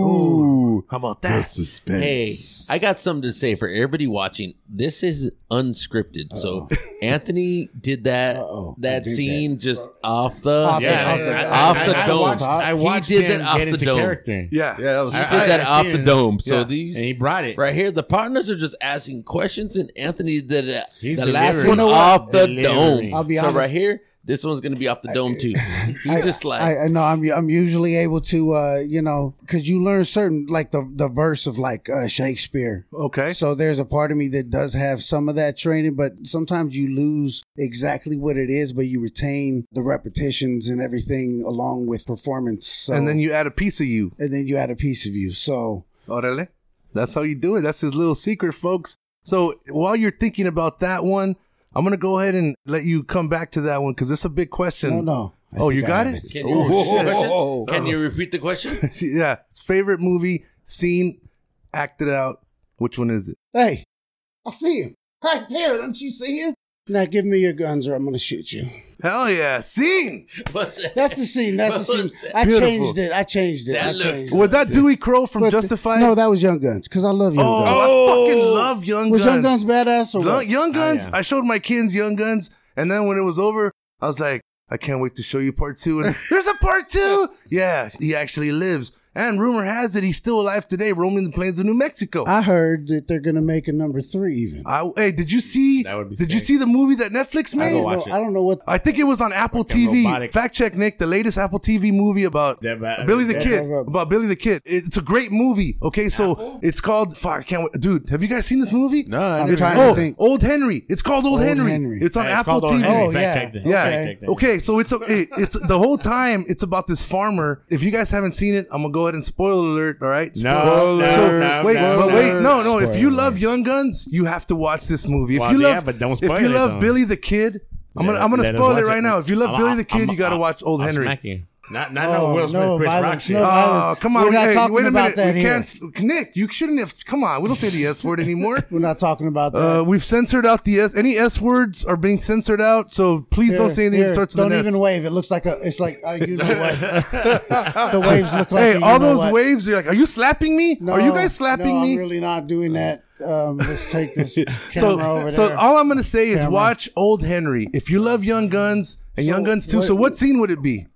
B: Ooh, how about that?
H: Hey, I got something to say for everybody watching. This is unscripted. So Anthony did that
G: Uh-oh.
H: that
G: He did
H: scene just off the
G: Off the-
F: Yeah,
G: off the-
H: off
F: I-
H: the
F: I- I
H: dome.
F: watched- I watched
H: did
F: him
H: that off
F: get
H: the
F: into
H: dome.
F: character.
B: Yeah,
E: Yeah, that was.
H: he
F: I-
H: did
F: I-
H: that
F: I
H: off
F: seen
H: the
F: it.
H: dome. So
B: Yeah.
H: these
F: And he brought it.
H: right here, the partners are just asking questions, and Anthony did it,
F: He's
H: the last
F: delivering.
H: one
F: You know what?
H: off the
F: Delivering.
H: dome.
G: I'll be
H: so
G: honest.
H: right here, this one's gonna be off the
G: *laughs*
H: dome too. He just like
G: I, I know I'm I'm usually able to uh you know because you learn certain like the the verse of like uh, Shakespeare.
B: Okay.
G: So there's a part of me that does have some of that training, but sometimes you lose exactly what it is, but you retain the repetitions and everything along with performance. So,
B: and then you add a piece of you.
G: and then you add a piece of you. So
B: Orale. That's how you do it. That's his little secret, folks. So while you're thinking about that one, I'm gonna go ahead and let you come back to that one because it's a big question.
G: No, no. I
B: oh,
G: think
B: you
G: I
B: got
G: have
B: it.
H: Can you,
B: Oh,
H: repeat the
B: oh,
H: question?
B: oh, oh.
H: Can you repeat the question?
B: *laughs*
H: *laughs*
B: yeah. Favorite movie, scene, acted out. Which one is it?
G: Hey, I see him right there. Don't you see him? Now give me your guns, or I'm gonna shoot you.
B: Hell yeah, scene.
H: What
G: *laughs*
H: the-
G: That's the scene. That's
H: *laughs*
G: the
H: What
G: scene.
H: was
G: I
B: Beautiful.
G: changed it. I changed it.
H: That
G: I
H: look-
G: changed it.
B: Was that Dewey Crow from
G: But the-
B: Justified?
G: No, that was Young Guns. Cause I love Young
B: oh,
G: Guns.
B: I fucking
H: Oh.
B: love Young
G: was
B: Guns.
G: Young Guns badass or
B: Young,
G: what?
B: Young Guns.
F: Ah, yeah.
B: I showed my kids Young Guns, and then when it was over, I was like, I can't wait to show you part two. And *laughs* there's a part two. *laughs* Yeah, he actually lives, and rumor has it he's still alive today, roaming the plains of New Mexico. I,
G: I heard that they're gonna make a number three even.
B: hey, did you see?
F: That would be
B: did you
F: sick.
B: see the movie that Netflix
F: I
B: made?
F: go
G: Well,
F: watch it.
G: I don't know what.
B: I think it was on Apple
F: Fucking
B: TV.
F: robotic.
B: Fact check, Nick. The latest Apple TV movie about
F: That bad.
B: Billy the
F: That
B: Kid.
G: bad.
B: About Billy the Kid. It- It's a great movie. Okay, so it's called. Fuck, I can't. Wait. Dude, have you guys seen this movie?
E: No, I
G: I'm
E: never-
G: trying to
B: Oh,
G: think.
B: Old Henry. It's called Old,
G: Old
B: Henry.
G: Henry.
B: It's on
F: Yeah, it's
B: Apple
F: called Old
B: TV.
F: Henry.
G: Oh,
F: Fact
G: yeah.
F: check that.
B: Yeah.
F: Fact check that.
B: Okay, so it's a, it, it's the whole time. It's about this farmer. If you guys haven't seen it, I'm gonna go ahead and spoiler alert. All right.
F: No,
B: Spoiler
F: no,
B: So,
F: no,
B: wait,
F: no,
B: but
F: no.
B: wait, no, no. If you
G: Spoiler
B: love Young Guns, you have to watch this movie. If
F: Well,
B: you
F: yeah,
B: love,
F: but don't
B: if
F: spoil
B: you
F: it,
B: love
F: though.
B: Billy the Kid, I'm gonna I'm gonna
F: Let us
B: spoil
F: watch
B: it right now. If you love
F: I'm-
B: Billy the Kid,
F: I'm-
B: you gotta watch Old
F: I'll
B: Henry.
F: smack you. Not, not
G: Oh,
F: no Will Smith,
G: no
F: Chris Rock
G: violence,
F: shit.
G: no violence.
B: Oh, come on.
G: We're not
B: Hey,
G: talking
B: wait a
G: about
B: minute.
G: that
B: we
G: here.
B: can't, Nick, you shouldn't have. Come on. We don't say the S word anymore.
G: We're not talking about that.
B: Uh, we've censored out the S. Any S words are being censored out, so please
G: Here,
B: don't say anything
G: here,
B: that starts with
G: Don't
B: an
G: even
B: S.
G: wave. It looks like a. It's like a you know
B: *laughs*
G: what. the waves look like. a
B: Hey,
G: you
B: all
G: know
B: those
G: what.
B: waves, you're like, are you slapping me?
G: No,
B: are you guys slapping
G: no,
B: me?
G: I'm really not doing that. Um, let's take this camera
B: *laughs* so,
G: over
B: so
G: there.
B: all I'm gonna say is
G: Camera.
B: watch Old Henry. If you love Young Guns and
G: So
B: Young Guns too,
G: what-
B: so what scene would it be?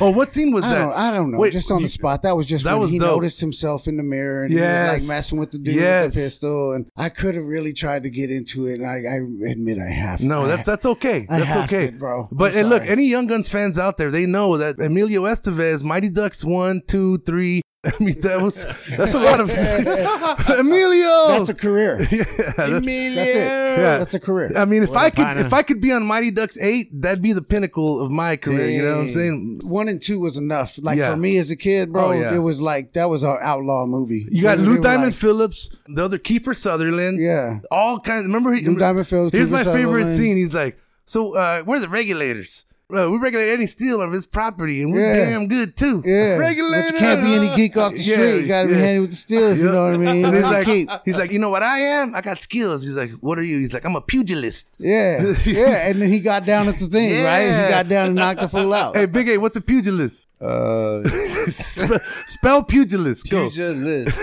B: Oh, what scene was
G: I
B: that?
G: don't, I don't know.
B: Wait,
G: just on the spot. That was just
B: That
G: when
B: was
G: he
B: dope.
G: noticed himself in the mirror and he was
B: Yes.
G: like messing with the dude
B: Yes.
G: with the pistol. And I could have really tried to get into it. And I, I admit I have.
B: No,
G: I
B: that's that's okay.
G: I
B: That's
G: have
B: okay,
G: to, bro.
B: But
G: I'm
B: hey, look,
G: sorry.
B: any Young Guns fans out there, they know that Emilio Estevez, Mighty Ducks one, two, three. *laughs* I mean, that was that's a
G: *laughs*
B: lot of Emilio.
G: That's a career.
B: *laughs* yeah, that's-
G: That's it.
B: Yeah.
G: That's a career.
B: I mean, if
F: Well,
B: I could,
F: kinda.
B: if I could be on Mighty Ducks eight, that'd be the pinnacle of my career. You know what I'm
E: Dang.
B: saying?
G: one and two was enough. Like
B: Yeah.
G: for me as a kid, bro,
B: Oh, yeah.
G: it was like that was our outlaw movie.
B: You got
G: They
B: Lou
G: were
B: Diamond
G: like-
B: Phillips, the other Kiefer Sutherland.
G: yeah.
B: all kinds. Remember, he,
G: Lou Diamond Phillips,
B: Here's
G: Kiefer
B: my favorite
G: Sutherland.
B: scene. He's like, "So, uh, we're the regulators. Uh, we regulate any steal of his property, and we're
G: Yeah.
B: damn good too.
G: Yeah.
B: regulators.
G: But you can't be any geek off the
B: *laughs* Yeah,
G: street. You gotta
B: yeah.
G: be handy with the steel, if you
B: Yeah.
G: know what I
B: And
G: mean.
B: he's
G: That's the
B: like,
G: key.
B: *laughs* he's like, you know what I am? I got skills. He's like, what are you? He's like, I'm a pugilist.
G: Yeah.
B: *laughs*
G: Yeah. And then he got down at the thing, right?
B: Yeah.
G: He got down and knocked the fool out.
B: Hey, Big A, what's a pugilist?
E: Uh,
B: *laughs* Spe- Spell pugilist. Go.
E: pugilist.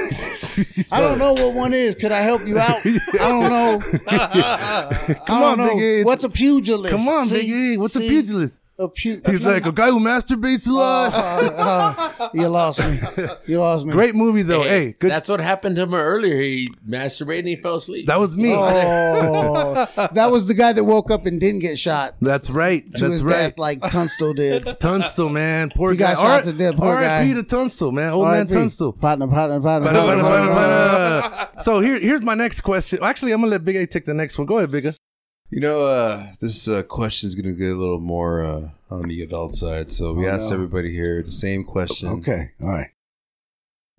G: I don't know what one is. Could I help
B: *laughs*
G: you out? I don't know. I
B: on,
G: don't know.
B: Big Ed.
G: What's a pugilist?
B: Come on,
G: See?
B: Big A. What's
G: See?
B: a pugilist?
G: A pu-
B: He's like a guy who masturbates a lot.
G: Oh. you lost me.
B: *laughs*
G: You lost me.
B: Great movie
F: Oh,
B: though. Hey, good.
H: That's what happened to him earlier. He masturbated and he fell asleep.
B: that was me. *laughs*
G: Oh, that was the guy that woke up and didn't get shot.
B: That's right.
G: To
B: That's
G: his
B: right.
G: death, like
B: *laughs*
G: Tunstall did.
B: Tunstall, man. Poor
G: He
B: guy.
G: got shot
B: R-
G: to death, poor
B: R.I.P.
G: guy.
B: to Tunstall, man. Old man
G: R.I.P. *laughs*
B: Tunstall.
G: Partner, partner, partner.
B: Ba-da, ba-da, ba-da,
G: partner, partner, partner.
B: ba-da. *laughs* So here, here's my next question. Actually, I'm gonna let Big A take the next one. Go ahead, Big A.
E: You know, uh, this uh, question is going to get a little more uh, on the adult side. So we
G: Oh,
E: asked
G: no.
E: everybody here the same question.
G: Okay, all right.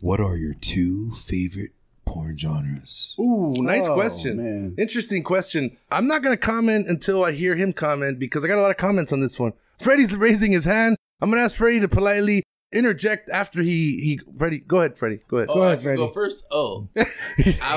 E: What are your two favorite porn genres?
B: Ooh, nice
G: Oh,
B: question.
G: man.
B: Interesting question. I'm not gonna comment until I hear him comment because I got a lot of comments on this one. Freddie's raising his hand. I'm gonna ask Freddie to politely interject after he he. Freddie, go ahead, Freddie. Go ahead.
H: oh,
G: Go
H: I
G: ahead,
H: can Go
G: Brady.
H: first.
G: *laughs*
H: Oh, I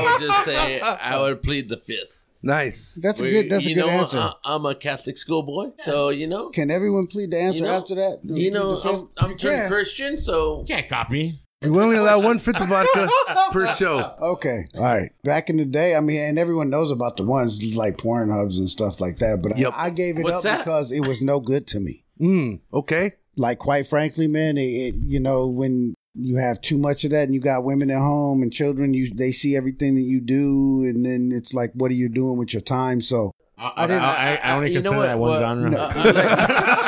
H: would just say I would plead the fifth.
B: Nice.
G: That's a
H: We-
G: good. That's a
H: you
G: good
H: know,
G: answer.
H: I, I'm a Catholic schoolboy, so you know,
G: Can everyone plead the answer
H: you know,
G: after that?
H: you know, I'm, I'm turned
B: Yeah.
H: Christian, so
F: You can't copy.
B: We only allow one fifth of vodka per show.
G: Okay, all right. Back in the day, I mean, and everyone knows about the ones like porn hubs and stuff like that. But
B: Yep.
G: I, I gave it
H: What's
G: up
H: that?
G: because it was no good to me.
B: Mm, okay.
G: like quite frankly man it, it you know when you have too much of that and you got women at home and children you they see everything that you do and then it's like what are you doing with your time so
F: I,
H: I
F: I,
H: didn't-
F: I, I only
H: I- you know
F: consider
H: what-
F: that one
H: what-
F: genre. *laughs*
H: uh, *laughs* I like-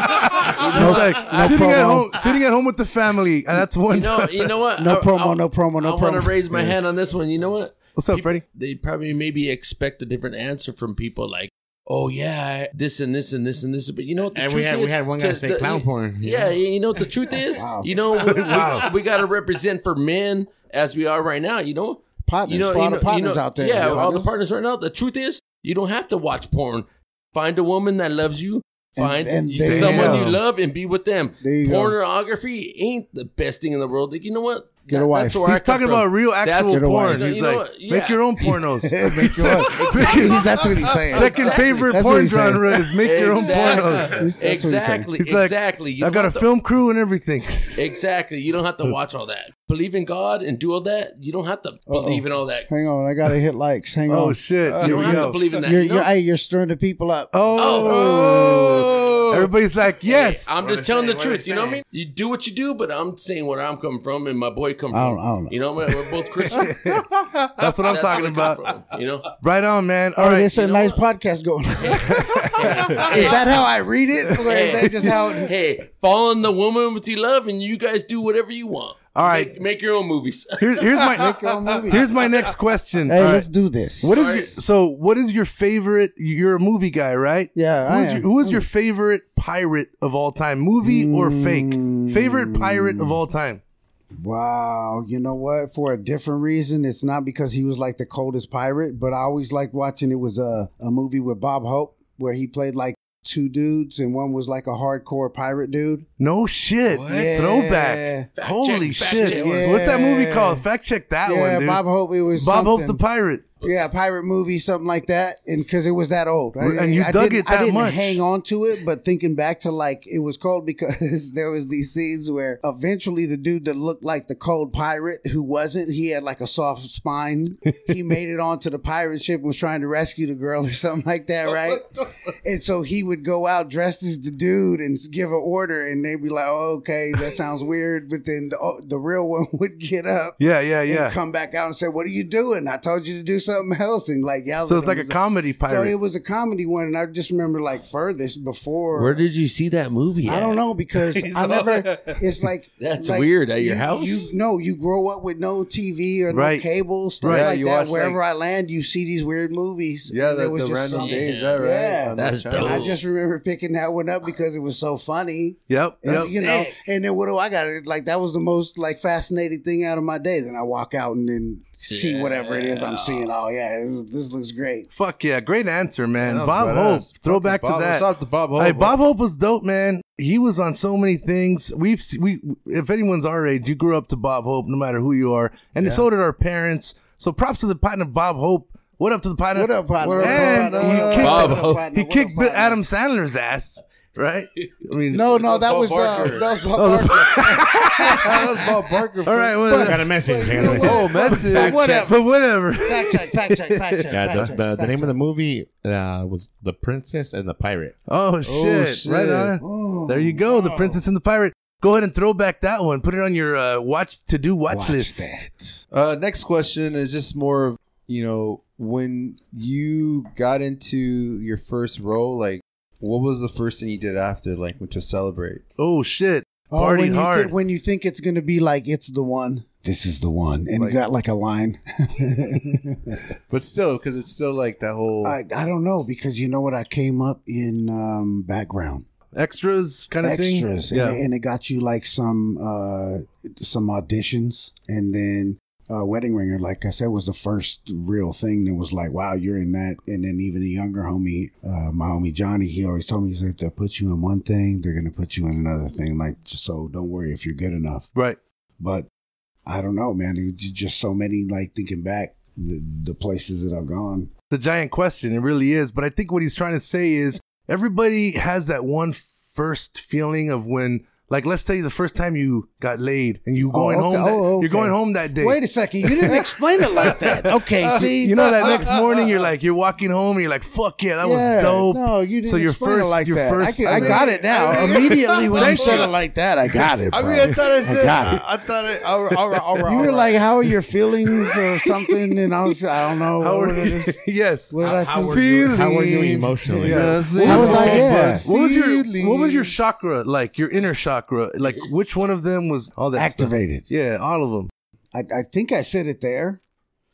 H: you know,
B: It's like sitting at
G: promo.
B: home, sitting at home with the family. And that's one.
H: you know, you know what?
G: No
H: I-
G: promo,
H: I-
G: no promo, no
H: I want
G: promo.
H: to raise my hand on this one. You know what?
B: What's up,
H: Peop-
B: Freddie?
H: They probably maybe expect a different answer from people like, oh, yeah, I- this and this and this and this. But you know what? The
F: And we
H: truth
F: had-
H: is,
F: we had one guy
H: to-
F: say
H: the-
F: clown porn, you
H: Yeah,
F: know?
H: you know what the
F: *laughs*
G: *laughs*
H: truth is? You know, we, we, got to represent for men as we are right now, you know?
G: partners.
H: you know,
G: for
H: you
G: all
H: know,
G: the partners
H: you know,
G: out there.
H: Yeah, all the
G: partners.
H: partners right now. The truth is, you don't have to watch porn. Find a woman that loves you.
G: And-
H: Find
G: and
H: you-
G: there you
H: someone
G: go.
H: you love and be with them.
G: There you go.
H: Pornography ain't the best thing in the world. Like, you know what?
G: Get a
H: That-
G: wife.
H: that's where I
B: He's
H: come
B: talking
H: from.
B: about real
H: That's-
B: actual
G: Get a wife.
B: porn.
H: You know-
B: He's
H: you know
B: like,
H: what? Yeah.
B: make your own
H: *laughs*
B: pornos.
G: Make your own- That's what he's saying.
B: Second favorite
G: That's what
B: porn
G: he's saying.
B: genre is make your own
H: Exactly.
B: pornos.
G: That's what he's saying.
H: exactly,
B: He's like,
H: exactly. You
B: I
H: don't
B: got a
H: have to-
B: film crew and
H: *laughs*
B: everything.
H: Exactly. You don't have to watch all that. Believe in God and do all that. You don't have to believe in all that.
G: Hang on, I gotta hit likes. Hang
B: Oh
G: on.
B: shit!
H: You
B: Here
H: don't
B: we
H: have to
B: go.
H: believe in that.
G: You're,
H: You know-
G: you're, hey, you're stirring the people up.
B: Oh, everybody's like, yes.
H: I'm
F: What
H: just
F: I'm
H: telling
F: saying,
H: the
F: what I'm
H: truth. You know what I mean? You
F: saying.
H: do what you do, but I'm saying where I'm coming from and my boy come from.
G: I don't- I don't know.
H: You know, we're, we're both Christians.
B: That's what I'm
H: That's
B: talking
H: where we come
B: about.
H: from, you know,
B: Right on, man. All
G: All right,
B: right.
G: it's a
H: know
G: nice
H: what?
G: podcast
B: *laughs*
G: going. on. *laughs* is that how I read it, or is that just how? It, *laughs*
H: hey, fall in the woman with you love, and you guys do whatever you want.
B: All right.
H: make, make your own movies. *laughs*
B: Here- here's
G: *laughs* your
B: *laughs*
G: own
B: my
G: movie.
B: here's my next question.
G: hey,
B: All right.
G: let's do this.
B: What is your, so? What is your favorite? You're a movie guy, right?
G: Yeah, I
B: Who's
G: am. Mm.
B: your, who is your favorite pirate of all time, movie or fake? Favorite pirate of all time.
G: Wow, you know what? For a different reason, it's not because he was like the coldest pirate, but I always liked watching. It was a a movie with Bob Hope where he played like two dudes, and one was like a hardcore pirate dude.
B: No shit.
G: What?
B: Throwback.
H: Fact
B: Holy
H: check, fact
B: shit.
H: check.
B: What's that movie
G: Yeah.
B: called? Fact check that
G: yeah,
B: one, dude.
G: Bob Hope. It was
B: Bob Hope the
G: something.
B: pirate.
G: Yeah, a pirate movie, something like that, and because it was that old, I-
B: And you
G: I
B: dug
G: didn't-
B: it that
G: I didn't
B: much.
G: Hang on to it, but thinking back to like it was cold because *laughs* there was these scenes where eventually the dude that looked like the cold pirate who wasn't, he had like a soft
B: *laughs*
G: spine. he made it onto the pirate ship and was trying to rescue the girl or something like
B: *laughs*
G: that, right? and so he would go out dressed as the dude and give an order, and they'd be like, oh, "Okay, that sounds weird," but then the, the real one *laughs* would get up
B: Yeah, yeah,
G: and
B: yeah.
G: come back out and say, "What are you doing? I told you to do something else." And like, yeah,
B: So it's like a comedy
G: So it
B: pirate.
G: was a comedy one, and I just remember like furthest before.
H: Where did you see that movie?
G: I
H: at?
G: don't know
H: *laughs*
G: because I never. It's like
H: That's
G: like,
H: weird. At your
G: you-
H: house?
G: You no, you grow up with no TV or
B: Right.
G: no cable stuff
B: Right. Yeah,
G: like
E: you
G: that.
E: watch,
G: Wherever I land, you see these weird movies.
E: Yeah,
G: and
E: the,
G: it was
E: the
G: just
E: random
G: something-
E: days, is that right?
G: Yeah.
E: On
H: That's
E: this channel.
H: dope.
G: I just remember picking that one up because it was so funny.
B: Yep,
G: And,
B: yep.
G: You know, and then what do I got? It Like that was the most like fascinating thing out of my day. Then I walk out and then see whatever it is I'm seeing. Oh yeah, this, this looks great.
B: Fuck yeah, great answer, man.
E: Yeah,
B: Bob
E: badass.
B: Hope,
E: Fucking
B: throwback
E: Bob-
B: to that.
E: Shout out to Bob Hope.
B: Hey, Bob Hope was dope, man. He was on so many things. We've se- we if anyone's our age, you grew up to Bob Hope, no matter who you are, and so did our parents. So props to the partner Bob Hope. What up to the partner?
G: What up, partner?
E: What up,
B: And
E: partner?
B: he kicked,
H: Bob
G: What up,
H: Hope.
G: partner?
B: he
G: What
B: kicked
G: up, partner?
B: Adam Sandler's ass, right? I mean,
G: No, no, that
E: Bob
G: was uh,
E: Barker.
G: that was Bob
B: *laughs*
G: Barker.
E: that was Bob Barker.
B: Oh, all right,
F: I
B: whatever.
F: got a message. I got
G: you
F: a
G: know
F: message.
G: what?
E: Oh, message.
G: But whatever.
B: But whatever. *laughs*
G: Fact check, fact check, fact check.
F: Yeah,
G: fact
F: the,
G: check,
F: the, the
G: fact
F: name of the
G: check.
F: movie uh, was The Princess and the Pirate.
B: Oh shit.
E: shit.
B: Right on.
G: Oh.
B: there you go. The Princess and the Pirate. Go ahead and throw back that one. Put it on your uh, watch to do watch,
G: Watch
B: list.
G: that.
E: Uh, next question is just more of you know when you got into your first role, like what was the first thing you did after, like to celebrate?
B: Oh shit.
G: Oh,
B: Party
G: when you
B: hard.
G: Think, when you think it's gonna be like it's the one. This is the one, and
E: Like-
G: you got like a line. *laughs*
E: But still, because it's still like that whole.
G: I, I don't know because you know what? I came up in um, background.
B: Extras kind of thing.
G: extras,
B: Yeah.
G: and, it, and it got you like some uh, some auditions, and then uh, Wedding Ringer, like I said, was the first real thing that was like, wow, you're in that. And then even the younger homie, uh, my homie Johnny, he always told me, he's like, they'll put you in one thing, they're gonna put you in another thing, like so. Don't worry if you're good enough.
B: Right.
G: But I don't know, man. It was just so many. Like thinking back, the, the places that I've gone.
B: the giant question. It really is. But I think what he's trying to say is everybody has that one first feeling of when, like, let's say the first time you got laid and you going
G: okay.
B: home. That,
G: Oh, okay.
B: You're going home that day.
G: Wait a second, you didn't explain it
B: *laughs*
G: like that. Okay, see, uh,
B: you know that
G: *laughs*
B: next morning you're like you're walking home and you're like fuck yeah that was dope.
G: No, you didn't.
B: So your
G: explain it
B: first,
G: like
B: your
G: that.
B: first.
G: I, can- I got it
B: *laughs*
G: now.
E: I mean-
G: Immediately when you
E: Thank
G: said
E: you.
G: it like that, I got it.
E: I mean,
G: bro.
E: I thought I said.
G: got
H: *laughs*
E: I,
G: it.
E: I thought it. All right, all right, all right,
G: you were
E: all
G: like,
E: right.
G: "How are your feelings?" or something, and I was, I don't know.
B: How
G: what
B: were
G: was
B: you?
G: it?
B: *laughs* yes.
G: What did I
F: How
G: think?
F: were you, how were you emotionally? *laughs*
B: Yeah.
G: I was like, yeah.
B: What was your What was your chakra like? Your inner chakra, like which one of them was all that stuff?
G: Activated.
B: Yeah, all of them.
G: I, I think I said it there,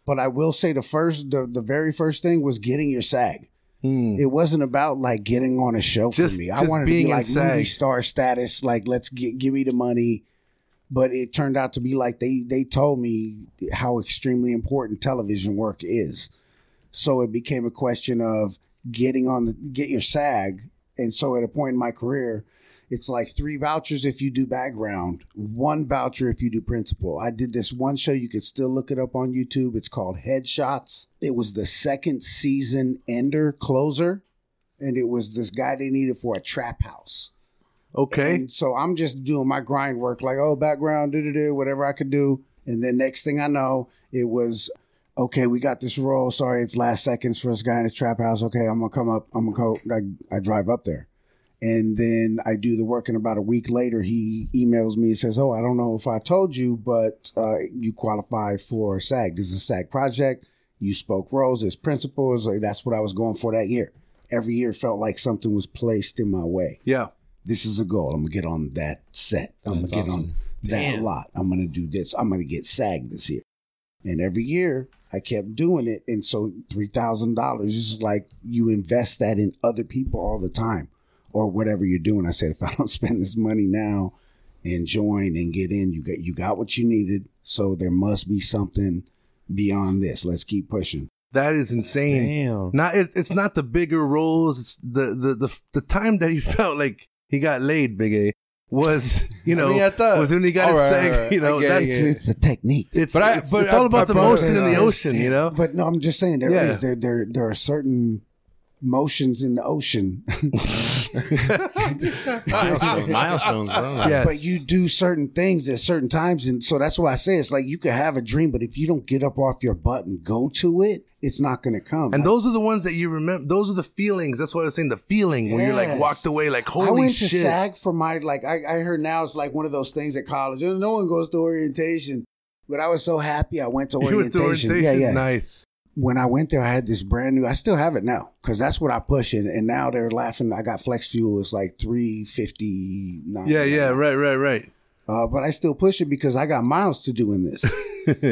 G: but I will say the first, the, the very first thing was getting your SAG.
B: Hmm.
G: It wasn't about like getting on a show
B: Just-
G: for me. I
B: just
G: wanted
B: being in
G: to be like
B: SAG.
G: movie star status. Like, let's get give me the money. But it turned out to be like they they told me how extremely important television work is. So it became a question of getting on the get your SAG. And so at a point in my career, it's like three vouchers if you do background, one voucher if you do principal. I did this one show. You could still look it up on YouTube. It's called Headshots. It was the second season ender closer, and it was this guy they needed for a trap house.
B: Okay.
G: And so I'm just doing my grind work, like, oh, background, do do do, whatever I could do. And then next thing I know, it was, okay, we got this role. Sorry, it's last seconds for this guy in a trap house. Okay, I'm gonna come up. I'm gonna go. I, I drive up there. And then I do the work, and about a week later, he emails me and says, "Oh, I don't know if I told you, but uh, you qualify for SAG. This is a SAG project. You spoke roles as principals. Like, that's what I was going for that year. Every year felt like something was placed in my way.
B: Yeah,
G: this is a goal. I'm gonna get on that set. I'm
E: That's
G: gonna get
E: awesome.
G: on that lot. I'm gonna do this. I'm gonna get SAG this year. And every year I kept doing it. And so $3,000 is like you invest that in other people all the time or whatever you're doing. I said, if I don't *laughs* spend this money now and join and get in, you got, you got what you needed. So there must be something beyond this. Let's keep pushing.
B: That is insane.
E: Damn.
B: Not it, it's not the bigger roles. It's the, the the the time that he *laughs* felt like he got laid, Big A, was you
E: *laughs* I
B: know
E: mean, I thought-
B: was when he got
E: all right,
B: his sag,
E: all right.
B: You
E: I
B: know,
E: get it, I
B: that's
E: get
B: it's,
E: it.
G: It's the technique.
B: it's,
E: But I- but
B: it's all
E: I-
B: about
E: I
B: the
E: brought it
B: motion in the
E: up.
B: ocean. You know,
G: But no, I'm just saying there is
B: Yeah.
G: there there there are certain motions in the ocean. *laughs*
F: Milestones, milestones, bro.
B: yes.
G: But you do certain things at certain times, and so that's why I say it's like you could have a dream, but if you don't get up off your butt and go to it, it's not going to come.
B: And those are the ones that you remember. Those are the feelings. That's what I was saying. The feeling when you're like
G: Yes.
B: walked away, like holy
G: I went
B: shit.
G: to SAG for my like I, I heard now it's like one of those things at college. No one goes to orientation, but I was so happy I went
B: *laughs*
G: to
B: you went
G: orientation.
B: to orientation.
G: Yeah, yeah.
B: Nice.
G: when I went there, I had this brand new. I still have it now because that's what I push in. And now they're laughing. I got Flex Fuel. It's like three fifty nine.
B: Yeah, yeah. Right, right, right.
G: Uh, but I still push it because I got miles to do in this.
B: *laughs*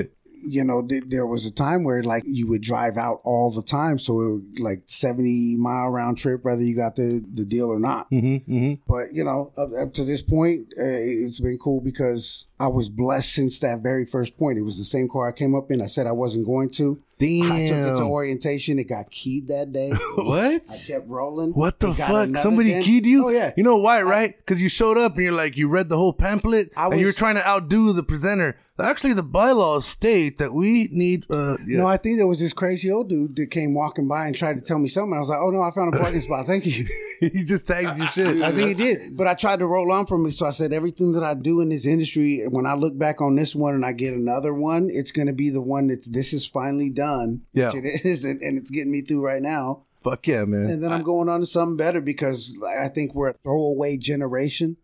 G: you know, th- there was a time where like you would drive out all the time, so it would, like seventy mile round trip, whether you got the the deal or not.
B: Mm-hmm, mm-hmm.
G: But you know, up, up to this point, uh, it's been cool because I was blessed since that very first point. It was the same car I came up in. I said I wasn't going to. I took it to orientation. It got keyed that day.
B: *laughs* What?
G: I kept rolling.
B: What the
G: It got
B: fuck?
G: another
B: Somebody
G: dent.
B: keyed you?
G: Oh yeah.
B: You know why, right? Because you showed up and you're like, you read the whole pamphlet
G: I
B: and you were
G: was-
B: trying to outdo the presenter. Actually, the bylaws state that we need. Uh, yeah. *laughs*
G: No, I think there was this crazy old dude that came walking by and tried to tell me something. I was like, "Oh no, I found a parking spot.
B: *laughs*
G: Thank you."
B: you just tagged your shit.
G: *laughs* I think he did, but I tried to roll on from it. So I said, everything that I do in this industry, when I look back on this one and I get another one, it's going to be the one that this is finally done.
B: Yeah.
G: which it isn't, and it's getting me through right now.
B: Fuck yeah, man.
G: And then I'm going on to something better because like, I think we're a throwaway generation.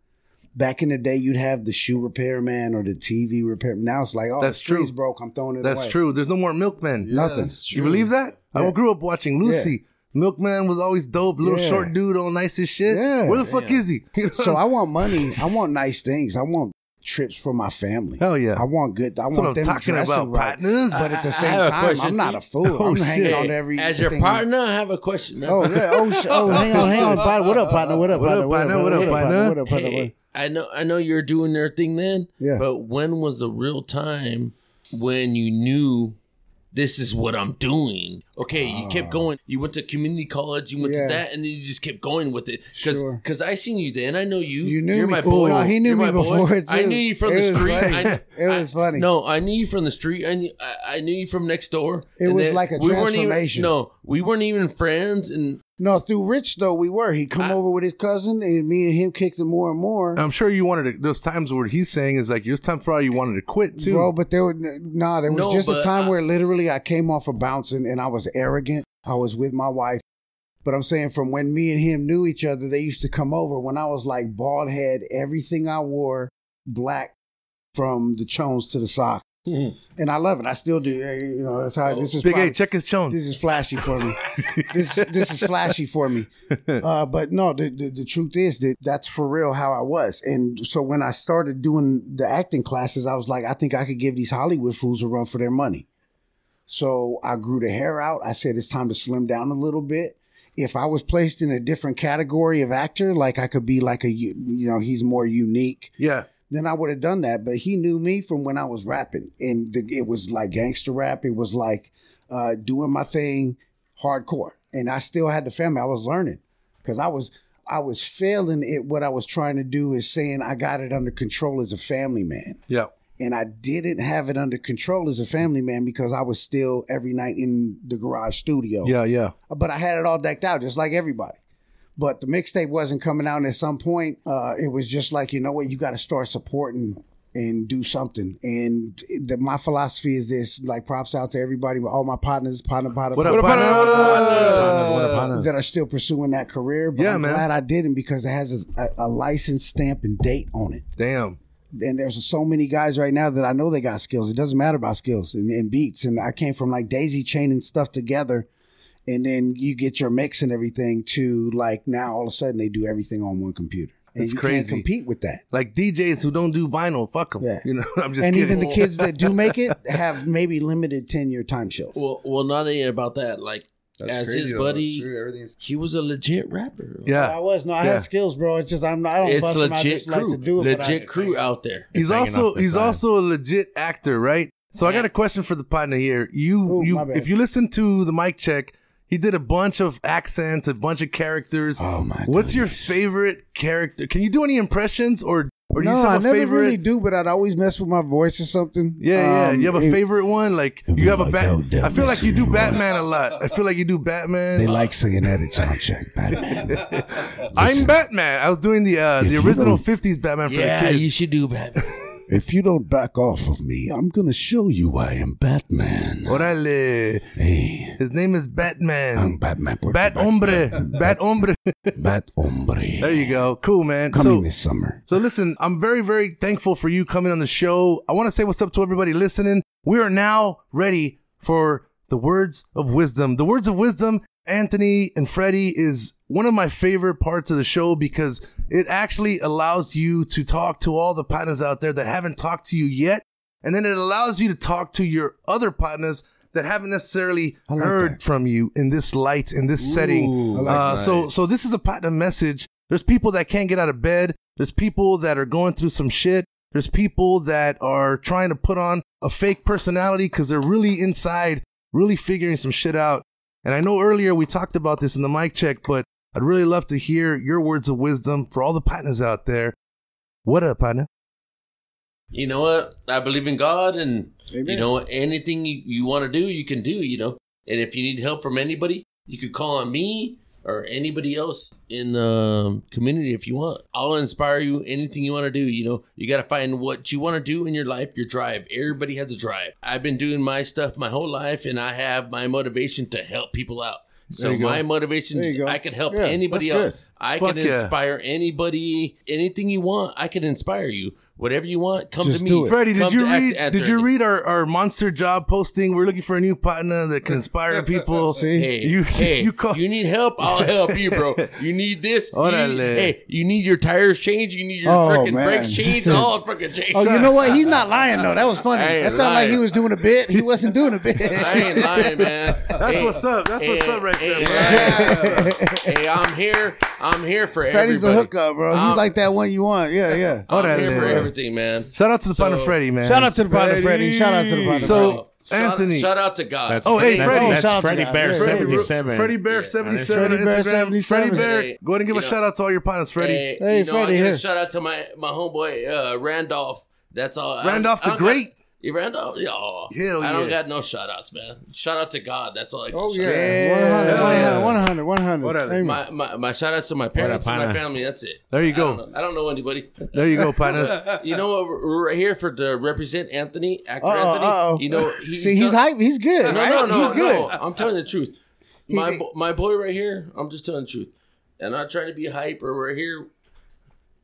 G: Back in the day, you'd have the shoe repairman or the TV repair. Now it's like, oh,
B: That's
G: the screen's
B: true.
G: broke. I'm throwing it
B: That's
G: away.
B: true. There's no more milkmen.
G: Nothing.
B: You believe that? I
G: Yeah.
B: grew up watching Lucy. Milkman was always dope. Little
G: Yeah.
B: short dude, all nice as shit.
G: Yeah.
B: Where the fuck is he? *laughs* You know?
G: So I want money. I want nice things. I want trips for my family.
B: Hell yeah.
G: I want good. I
B: That's what
G: want
B: I'm
G: them
B: talking
G: dressing
B: about,
G: right.
B: partners.
G: But at the
H: I- I
G: same
H: have a
G: time,
H: question
G: I'm not
H: for
G: a fool.
B: Oh,
G: I'm
B: shit.
G: hanging on to every
H: As your
G: thing.
H: partner, I have a question.
G: Oh yeah. Oh, sh-
B: *laughs*
G: oh hang on, hang on. Partner. What up, partner? What up,
B: What
G: partner?
B: up, partner? What up, partner?
G: What up, partner? What up,
H: Hey, I know, I know you're doing your thing then.
G: Yeah.
H: But when was the real time when you knew this is what I'm doing? Okay, you kept going. You went to community college. You went
G: Ah. Yeah.
H: to that, and then you just kept going with it because
G: Sure.
H: I seen you then. I know you.
G: You knew
H: You're
G: me.
H: my boy.
G: No, he knew
H: You're
G: me
H: my boy.
G: before,
H: I
G: too.
H: knew you from
G: It
H: the
G: was
H: street.
G: funny.
H: I,
G: It was
H: I-
G: funny.
H: No, I knew you from the street. I knew, I, I knew you from next door.
G: It
H: And
G: was
H: then
G: like a
H: weren't even-
G: transformation.
H: no, we weren't even friends, and
G: No, through Rich though we were. He'd come over with his cousin, and me and him kicked it more and more.
B: I'm sure you wanted to, those times where he's saying is like, there's time for all you wanted to quit too.
G: Bro, but there were nah, there was
H: No,
G: just a
H: but
G: time
H: I-
G: where literally I came off of bouncing and I was arrogant. I was with my wife. But I'm saying from when me and him knew each other, they used to come over when I was like bald head, everything I wore black from the chones to the sock.
H: Hmm.
G: And I love it. I still do. You know, that's
H: Oh,
G: how this is
B: Big
G: probably-
B: A, check his
G: this
B: chones.
G: is flashy for me. this this is flashy for me. Uh, but no, the, the the truth is that that's for real how I was. And so when I started doing the acting classes, I was like, I think I could give these Hollywood fools a run for their money. So I grew the hair out. I said it's time to slim down a little bit. If I was placed in a different category of actor, like I could be like a you you know he's more unique
B: Yeah.
G: then I would have done that. But he knew me from when I was rapping, and the, it was like gangster rap. It was like uh, doing my thing, hardcore. And I still had the family. I was learning because I was I was failing at what I was trying to do is saying I got it under control as a family man.
B: Yeah.
G: And I didn't have it under control as a family man because I was still every night in the garage studio.
B: Yeah, yeah.
G: But I had it all decked out just like everybody. But the mixtape wasn't coming out. And at some point, uh, it was just like, you know what, you got to start supporting and do something. And the, my philosophy is this like, props out to everybody, all my partners, partner, partner,
B: What up,
G: partner,
B: partner?
G: partner,
B: What up,
G: partner,
B: partner?
G: that are still pursuing that career. But
B: Yeah,
G: I'm
B: man.
G: glad I didn't because it has a, a, a license stamp and date on it.
B: Damn.
G: And there's so many guys right now that I know they got skills. It doesn't matter about skills and, and beats. And I came from like daisy chaining stuff together. And then you get your mix and everything to like now all of a sudden they do everything on one computer. And
B: That's
G: you
B: crazy.
G: can't compete with that.
B: Like DJs who don't do vinyl, fuck them.
G: Yeah.
B: You know, *laughs* I'm just
G: and
B: kidding.
G: even the kids that do make it have maybe limited 10 year time shelf.
H: Well, well, not only about that. Like
E: *laughs* That's
H: as
E: crazy,
H: his
E: though. That's
H: buddy,
E: true. Everything's-
H: he was a legit rapper.
G: I
B: yeah.
G: was. No, I
B: Yeah.
G: had skills, bro. It's just I'm not, I don't
H: It's
G: fuck them. I
H: legit
G: just like
H: crew,
G: to do it. but I-
H: legit crew out there.
B: He's
F: hanging
B: also
F: off the
B: he's
F: side.
B: also a legit actor, right? So I got a question for the partner here. You
G: Ooh,
B: you
G: my bad.
B: if you listen to the mic check, he did a bunch of accents, a bunch of characters.
G: Oh, my
B: What's your favorite character? Can you do any impressions or or do
G: no,
B: you just
G: I
B: have a
G: never
B: favorite?
G: really do, but I'd always mess with my voice or something.
B: Yeah, yeah.
G: Um,
B: You have a
G: it-
B: favorite one? Like you have a
G: like,
B: bat.
G: "Oh, damn,
B: I feel like you do
G: listen,
B: Batman a lot. I feel like you do Batman.
G: They like singing that at sound check, Batman.
B: *laughs* I'm Batman. I was doing the uh, the
G: If you
B: original
G: don't-
B: '50s Batman for
H: Yeah,
B: the kids.
H: you should do that.
G: If you don't back off of me, I'm gonna show you I am Batman.
B: Orale.
G: Hey,
B: His name is
G: I'm
B: Batman.
G: Batman. Puerto
B: Bat
G: Bat-
B: hombre. Bat hombre.
G: Bat hombre.
B: There you go. Cool, man.
G: Coming
B: So,
G: this summer.
B: so listen, I'm very, very thankful for you coming on the show. I want to say what's up to everybody listening. We are now ready for the words of wisdom. The words of wisdom, Anthony and Freddie, is one of my favorite parts of the show because it actually allows you to talk to all the partners out there that haven't talked to you yet. And then it allows you to talk to your other partners that haven't necessarily
G: like
B: heard
G: that.
B: from you in this light, in this setting.
G: I like
B: uh, So,
E: nice.
B: so this is a platinum message. There's people that can't get out of bed. There's people that are going through some shit. There's people that are trying to put on a fake personality because they're really inside, really figuring some shit out. And I know earlier we talked about this in the mic check, but I'd really love to hear your words of wisdom for all the partners out there. What up, partner?
H: you know what? I believe in God, and you know anything you, you want to do, you can do. You know, and if you need help from anybody, you could call on me or anybody else in the um, community if you want. I'll inspire you. Anything you want to do, you know, you got to find what you want to do in your life. Your drive. Everybody has a drive. I've been doing my stuff my whole life, and I have my motivation to help people out. So
B: you go.
H: my motivation
G: There you
H: is
G: go.
H: I can help
G: Yeah,
H: anybody
G: that's
H: out.
G: good.
H: I
B: Fuck
H: can
B: yeah.
H: inspire anybody. Anything you want, I can inspire you. Whatever you want, come
G: Just
H: to me.
G: do it.
B: Freddie, did
H: Come
B: you
H: to Act-
B: read?
H: Act
B: did you
H: Thirty.
B: read our, our monster job posting? We're looking for a new partner that can inspire people.
G: See?
H: Hey,
B: *laughs* You-
H: you, hey,
B: you
H: you,
B: call-
H: need help? I'll help
B: *laughs*
H: you, bro. You need this. You
B: Órale.
H: need, hey, you need your tires changed. You need your
G: Oh,
H: freaking
G: man.
B: *laughs*
H: brakes changed. All freaking changed.
G: Oh, you know what? He's not lying though. That was funny.
H: I ain't
G: That sounded like
H: lying.
G: he was doing a bit. He wasn't
B: *laughs*
G: doing a
H: *laughs*
G: bit.
H: I ain't lying, man.
B: That's what's up. That's what's up right there, bro.
H: there.
B: *laughs*
H: Hey, I'm here. I'm here for
G: Freddy's the
H: everybody.
G: hookup, bro. He's
H: Um,
G: like that one you want. Yeah, yeah.
H: I'm
B: Órale,
H: here for
B: bro.
H: everything, man.
B: Shout out to the
H: So-
B: partner, Freddie, man.
G: Shout out to the brother Freddie. Shout out to the brother Freddie.
B: So
H: Shout-
B: Anthony,
H: Shout, out to God.
F: That's,
B: Oh, hey,
F: that's,
B: Freddie.
F: That's
G: Shout out to
F: Freddie
G: that.
F: Bear
G: Yeah. Freddie-
F: 77.
B: Freddie Bear seventy seven on
G: Freddie Bear
B: Instagram.
G: 77.
B: Freddie Bear,
H: Hey,
B: go ahead and give a
H: you know-
B: shout out to all your partners, Freddie.
H: Hey,
G: Hey,
H: you know,
G: Freddie,
H: I
G: here.
H: gotta shout out to my my homeboy uh, Randolph. That's all. I-
B: Randolph
H: I
B: the
H: don't
B: Great.
H: Got, Yeah, Randolph, yeah. aw.
B: Hell
H: I don't
B: yeah.
H: got no shout outs, man. Shout out to God. That's all I got.
G: Oh,
H: shout
G: yeah.
B: Yeah.
G: 100, 100, 100.
B: What other-
H: out.
G: Amen.
H: My, my my shout outs to my parents and my
F: pana?
H: family. That's it.
B: There you
H: I
B: go.
H: don't know, I don't know anybody.
B: There you go, partners. *laughs*
H: you know what? We're right here for to represent Anthony, actor
G: Uh-oh,
H: Anthony.
G: uh-oh.
H: You know, he's
G: See, he's
H: done-
G: hype. He's good.
H: No,
G: right?
H: no, no,
G: he's good.
H: no. I'm telling the truth. My bo- my boy right here. I'm just telling the truth, and not trying to be hype or right here.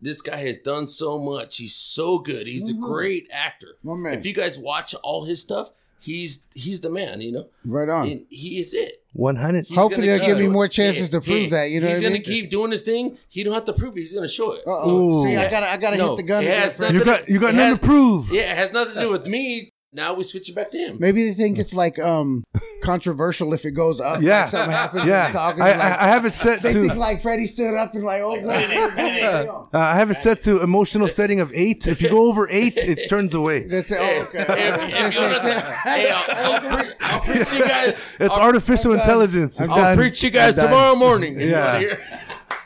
H: This guy has done so much. He's so good. He's
G: Mm-hmm.
H: a great actor.
G: My man.
H: If you guys watch all his stuff, he's he's the man. You know,
G: Right on.
H: And he is it.
B: One hundred.
H: He's
G: Hopefully
H: gonna
G: they'll give
H: keep
G: me more
H: doing it.
G: chances to prove that, you know
H: he's
G: what I
H: gonna
G: mean?
H: keep doing his thing. He don't have to prove it. He's gonna show it.
G: Uh-oh.
B: Ooh.
G: See, I gotta, I gotta
H: No,
G: hit the gun.
H: it
G: again,
H: has
G: Freddie.
B: You got you got
H: It
B: nothing
H: has-
B: to prove.
H: Yeah, it has nothing to do with me. now we switch it back to him.
G: Maybe they think it's like um controversial if it goes up.
B: Yeah.
G: like something happens.
B: Yeah.
G: and talking,
B: I-
G: like-
B: I- I have it set
G: They
B: to-
G: think like Freddie stood up and like, oh god.
B: Uh, I have it set to emotional setting of eight. If you go over eight,
G: *laughs*
B: it turns away.
G: That's it. Oh, okay.
H: If you're not-
G: *laughs*
H: hey, I'll, I'll, pre- I'll preach you guys.
B: *laughs* It's artificial
G: oh,
B: intelligence.
H: I'll preach you guys tomorrow morning.
B: Yeah.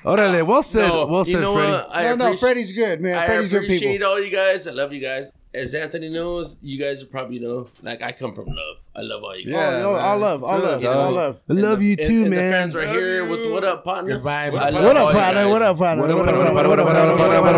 B: Orale, well said.
H: No,
B: well
H: you
B: said,
H: know
B: Freddie.
H: what? I
G: no, no,
H: appreciate-
G: Freddie's good, man.
H: I
G: Freddie's good
H: appreciate
G: people.
H: all you guys. I love you guys. As Anthony knows, you guys probably know. Like I come from love. I love all you guys.
G: Yeah, all, all love, all love,
H: Yeah.
G: all love.
B: I love you
H: And-
B: too,
H: and The
B: man.
H: fans right here with what up, partner.
F: Goodbye,
H: I
F: what
H: love
G: What
H: all
G: up,
H: you
G: partner?
H: guys.
G: What up, partner? What up,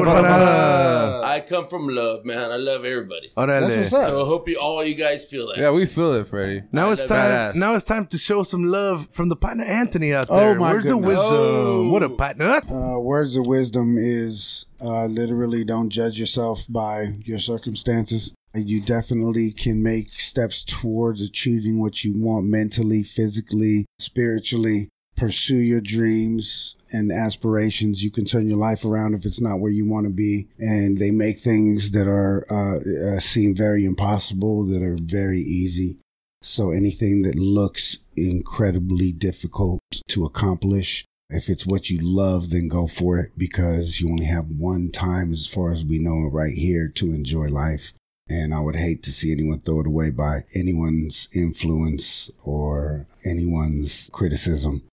H: I come from love, man. I love everybody.
G: That's
B: Orale.
G: what's up.
H: So I hope you all you guys feel that.
E: Yeah, we feel it, Freddie.
B: Now it's
H: love
B: time.
E: badass.
B: Now it's time to show some love from the partner Anthony out
G: Oh,
B: there.
G: my
B: Words of
G: goodness.
B: wisdom.
E: Oh.
B: What a partner.
G: Uh, words of wisdom is uh, literally don't judge yourself by your circumstances. You definitely can make steps towards achieving what you want mentally, physically, spiritually. Pursue your dreams and aspirations. You can turn your life around if it's not where you want to be. And they make things that are uh, uh, seem very impossible that are very easy. So anything that looks incredibly difficult to accomplish, if it's what you love, then go for it because you only have one time, as far as we know, right here to enjoy life. And I would hate to see anyone throw it away by anyone's influence or anyone's criticism.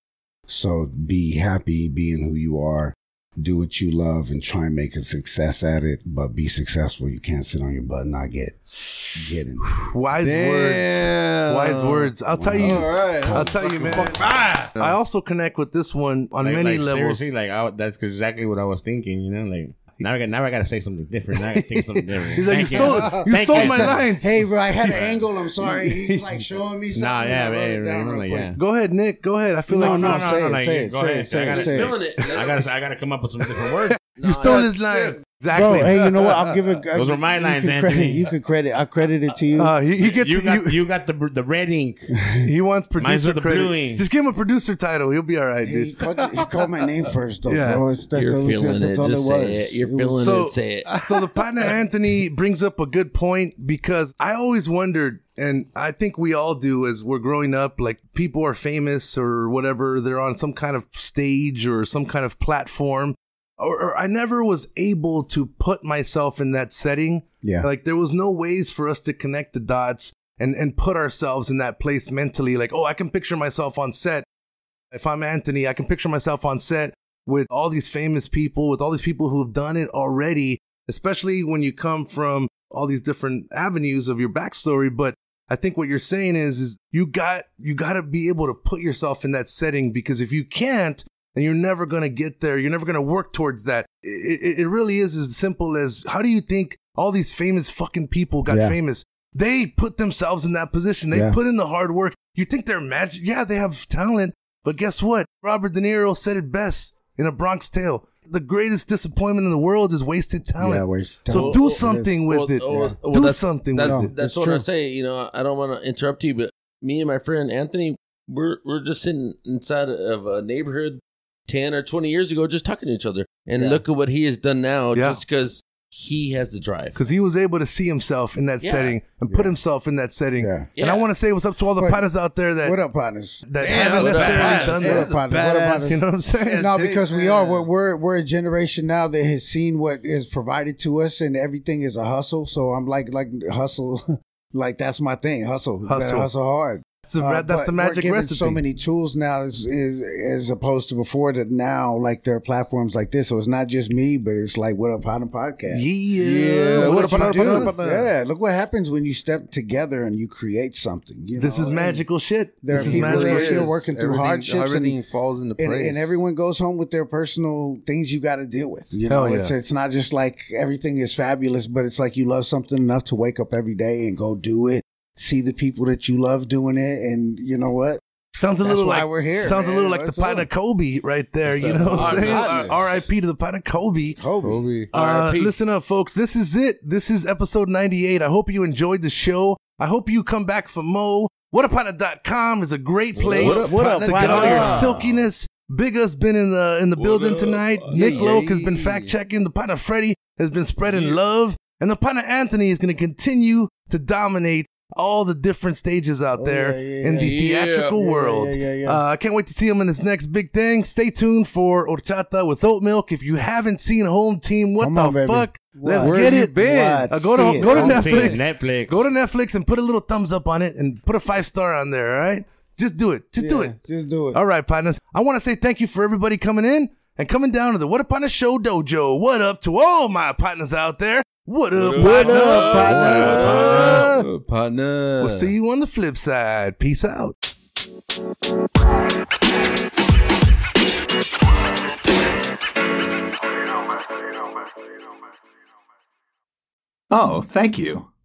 G: So be happy being who you are. Do what you love and try and make a success at it, but be successful. You can't sit on your butt and not get get it.
B: *sighs* Wise
E: Damn.
B: words. Wise words. I'll tell you.
E: All right.
B: I'll tell you, man.
G: Ah.
B: I also connect with this one on
F: Like-
B: many
F: like,
B: levels.
F: Seriously, like I, that's exactly what I was thinking. You know, like now I got now I got to say something different. Now I got to think something different.
B: *laughs* He's like, you
F: Thank
B: stole,
F: *laughs*
B: you
F: Thank
B: stole
F: you,
B: my
F: sir.
B: lines.
G: Hey, bro, I had an angle. I'm sorry. He's like showing me something.
F: Nah, yeah,
G: I wrote it
F: man.
G: down real
F: like,
G: quick.
F: yeah.
B: Go ahead, Nick. Go ahead. I feel
G: No,
B: like
G: no,
F: No, no,
G: no,
F: no,
G: say it,
F: like,
G: say it,
F: go
G: say
F: ahead,
G: it, say
F: I
G: it,
F: gotta
G: say
F: steal
G: it.
H: Feeling it.
F: I gotta I gotta come up with some different words.
B: you stole
H: Nah,
B: his lines.
G: Bro,
B: Exactly.
G: hey, you know what? I'll give it.
F: Those were my
G: you
F: lines,
G: could Credit,
F: Anthony.
G: you could credit. I credit it to
B: *laughs*
G: you.
B: Uh, he, he gets
F: You got
B: you-
F: you, got the br- the red
B: *laughs*
F: ink.
B: He wants
F: Mine's
B: producer
F: with the
B: credit.
F: blue ink.
B: Just give him a producer title. He'll be all right,
G: he,
B: dude.
G: called, he called my name first, though,
B: Yeah.
G: bro. It's, that's
H: You're
G: all,
H: feeling
G: that's
H: it.
G: all
H: Just
G: it
H: say
G: was.
H: it. You're
G: was-
H: feeling
B: So, uh,
H: it. Say it.
B: so the
H: *laughs*
B: partner Anthony brings up a good point because I always wondered, and I think we all do as we're growing up, like people are famous or whatever, they're on some kind of stage or some kind of platform. Or, or I never was able to put myself in that setting.
G: Yeah.
B: Like there was no ways for us to connect the dots and, and put ourselves in that place mentally. Like, oh, I can picture myself on set. If I'm Anthony, I can picture myself on set with all these famous people, with all these people who have done it already, especially when you come from all these different avenues of your backstory. But I think what you're saying is, is you got you got to be able to put yourself in that setting because if you can't, then you're never going to get there. You're never going to work towards that. It, it, it really is as simple as how do you think all these famous fucking people got
G: Yeah.
B: famous? They put themselves in that position. They
G: Yeah.
B: put in the hard work. You think they're magic? Yeah, they have talent, but guess what? Robert De Niro said it best in A Bronx Tale. The greatest disappointment in the world is wasted talent.
G: Yeah, wasted
B: So
G: talent.
B: do
G: Well,
B: something
H: Well,
B: with it.
H: oh, well,
B: do
H: that's-
B: something
H: that-
B: with
G: No,
B: it.
H: That's
G: it's
H: what I
G: true.
H: say. You know, I don't want to interrupt you, but me and my friend Anthony, we're we're just sitting inside of a neighborhood ten or twenty years ago, just talking to each other, and
G: Yeah.
H: look at what he has done now,
B: Yeah.
H: just because he has the drive.
B: Because he was able to see himself in that
H: Yeah.
B: setting and put himself in that setting.
G: Yeah.
B: And I
H: Yeah.
B: want to say what's up to all the
G: But-
B: partners out there that,
G: What
B: *laughs*
G: up, partners?
B: that
E: Damn,
B: haven't
E: what up,
B: necessarily
E: partners?
B: done
E: Yeah.
G: What up,
B: that.
G: partners? What up,
E: badass.
G: partners?
B: You know what I'm saying?
G: no,
E: take,
G: because we are
E: man.
G: we're, we're we're a generation now that has seen what is provided to us, and everything is a hustle. So I'm like like hustle, *laughs* like that's my thing. Hustle, You better
B: Hustle.
G: hustle hard.
B: That's the,
G: Uh,
B: that's
G: but
B: the
G: we're
B: magic
G: given
B: recipe.
G: So many tools now, as, as, as opposed to before, that now like there are platforms like this. So it's not just me, but it's like what up, on a
B: yeah.
G: podcast.
B: yeah.
G: What,
B: What
G: you
B: up,
G: do?
B: partners?
G: Yeah, look what happens when you step together and you create something. you
B: This
G: know,
B: is
G: and-
B: magical shit.
G: There are
B: This is
G: people
B: magical
G: that are
B: shit.
G: here working through
E: everything,
G: hardships and-
E: Everything falls into place.
G: and, and everyone goes home with their personal things you got to deal with. You
B: Hell
G: know,
B: yeah.
G: it's, it's not just like everything is fabulous, but it's like you love something enough to wake up every day and go do it. See the people that you love doing it, and you know what?
B: Sounds a
G: That's
B: little
G: why
B: like
G: we're here,
B: sounds a
G: man.
B: little like
G: What's
B: the partner
G: up?
B: Kobe right there.
H: What's
B: you
H: up?
B: know what I'm
H: Our
B: saying?
G: partners.
B: R.I.P. to the partner Kobe.
G: Kobe.
E: Kobe.
B: Uh,
H: RIP.
B: listen up, folks. This is it. This is episode 98. I hope you enjoyed the show. I hope you come back for more. WhatUpOnIt.com is a great place
E: What up, what up,
B: to get
E: what
B: all your
E: up?
B: silkiness. Big has been in the in the
H: What
B: building
G: uh,
H: up?
B: tonight. Nick
E: Yeah,
B: Loke has been
E: yeah.
B: fact checking. The partner Freddie has been spreading love, and the partner Anthony is going to continue to dominate all the different stages out there
G: Oh, yeah, yeah,
B: in the
H: yeah.
B: theatrical
G: Yeah, yeah,
B: world.
G: yeah, yeah.
B: Uh, I can't wait to see him in his next big thing. Stay tuned for Orchata with Oat Milk. If you haven't seen Home Team, what
G: Come
B: the
G: on, baby.
B: fuck?
G: What?
B: Let's
G: Where
B: get
G: have
B: it.
G: you been?
B: Uh, go
G: See
B: to
G: it.
B: go to
F: Home Team,
B: Netflix.
F: Netflix.
B: Go to Netflix and put a little thumbs up on it and put a five star on there. All right, just do it. Just do
G: Yeah,
B: it.
G: Just do it.
B: All right, partners. I want to say thank you for everybody coming in and coming down to the What Up on the Show Dojo. What up to all my partners out there? What up? partner?
E: partner? Partner.
B: We'll see you on the flip side. Peace out.
J: Oh, thank you.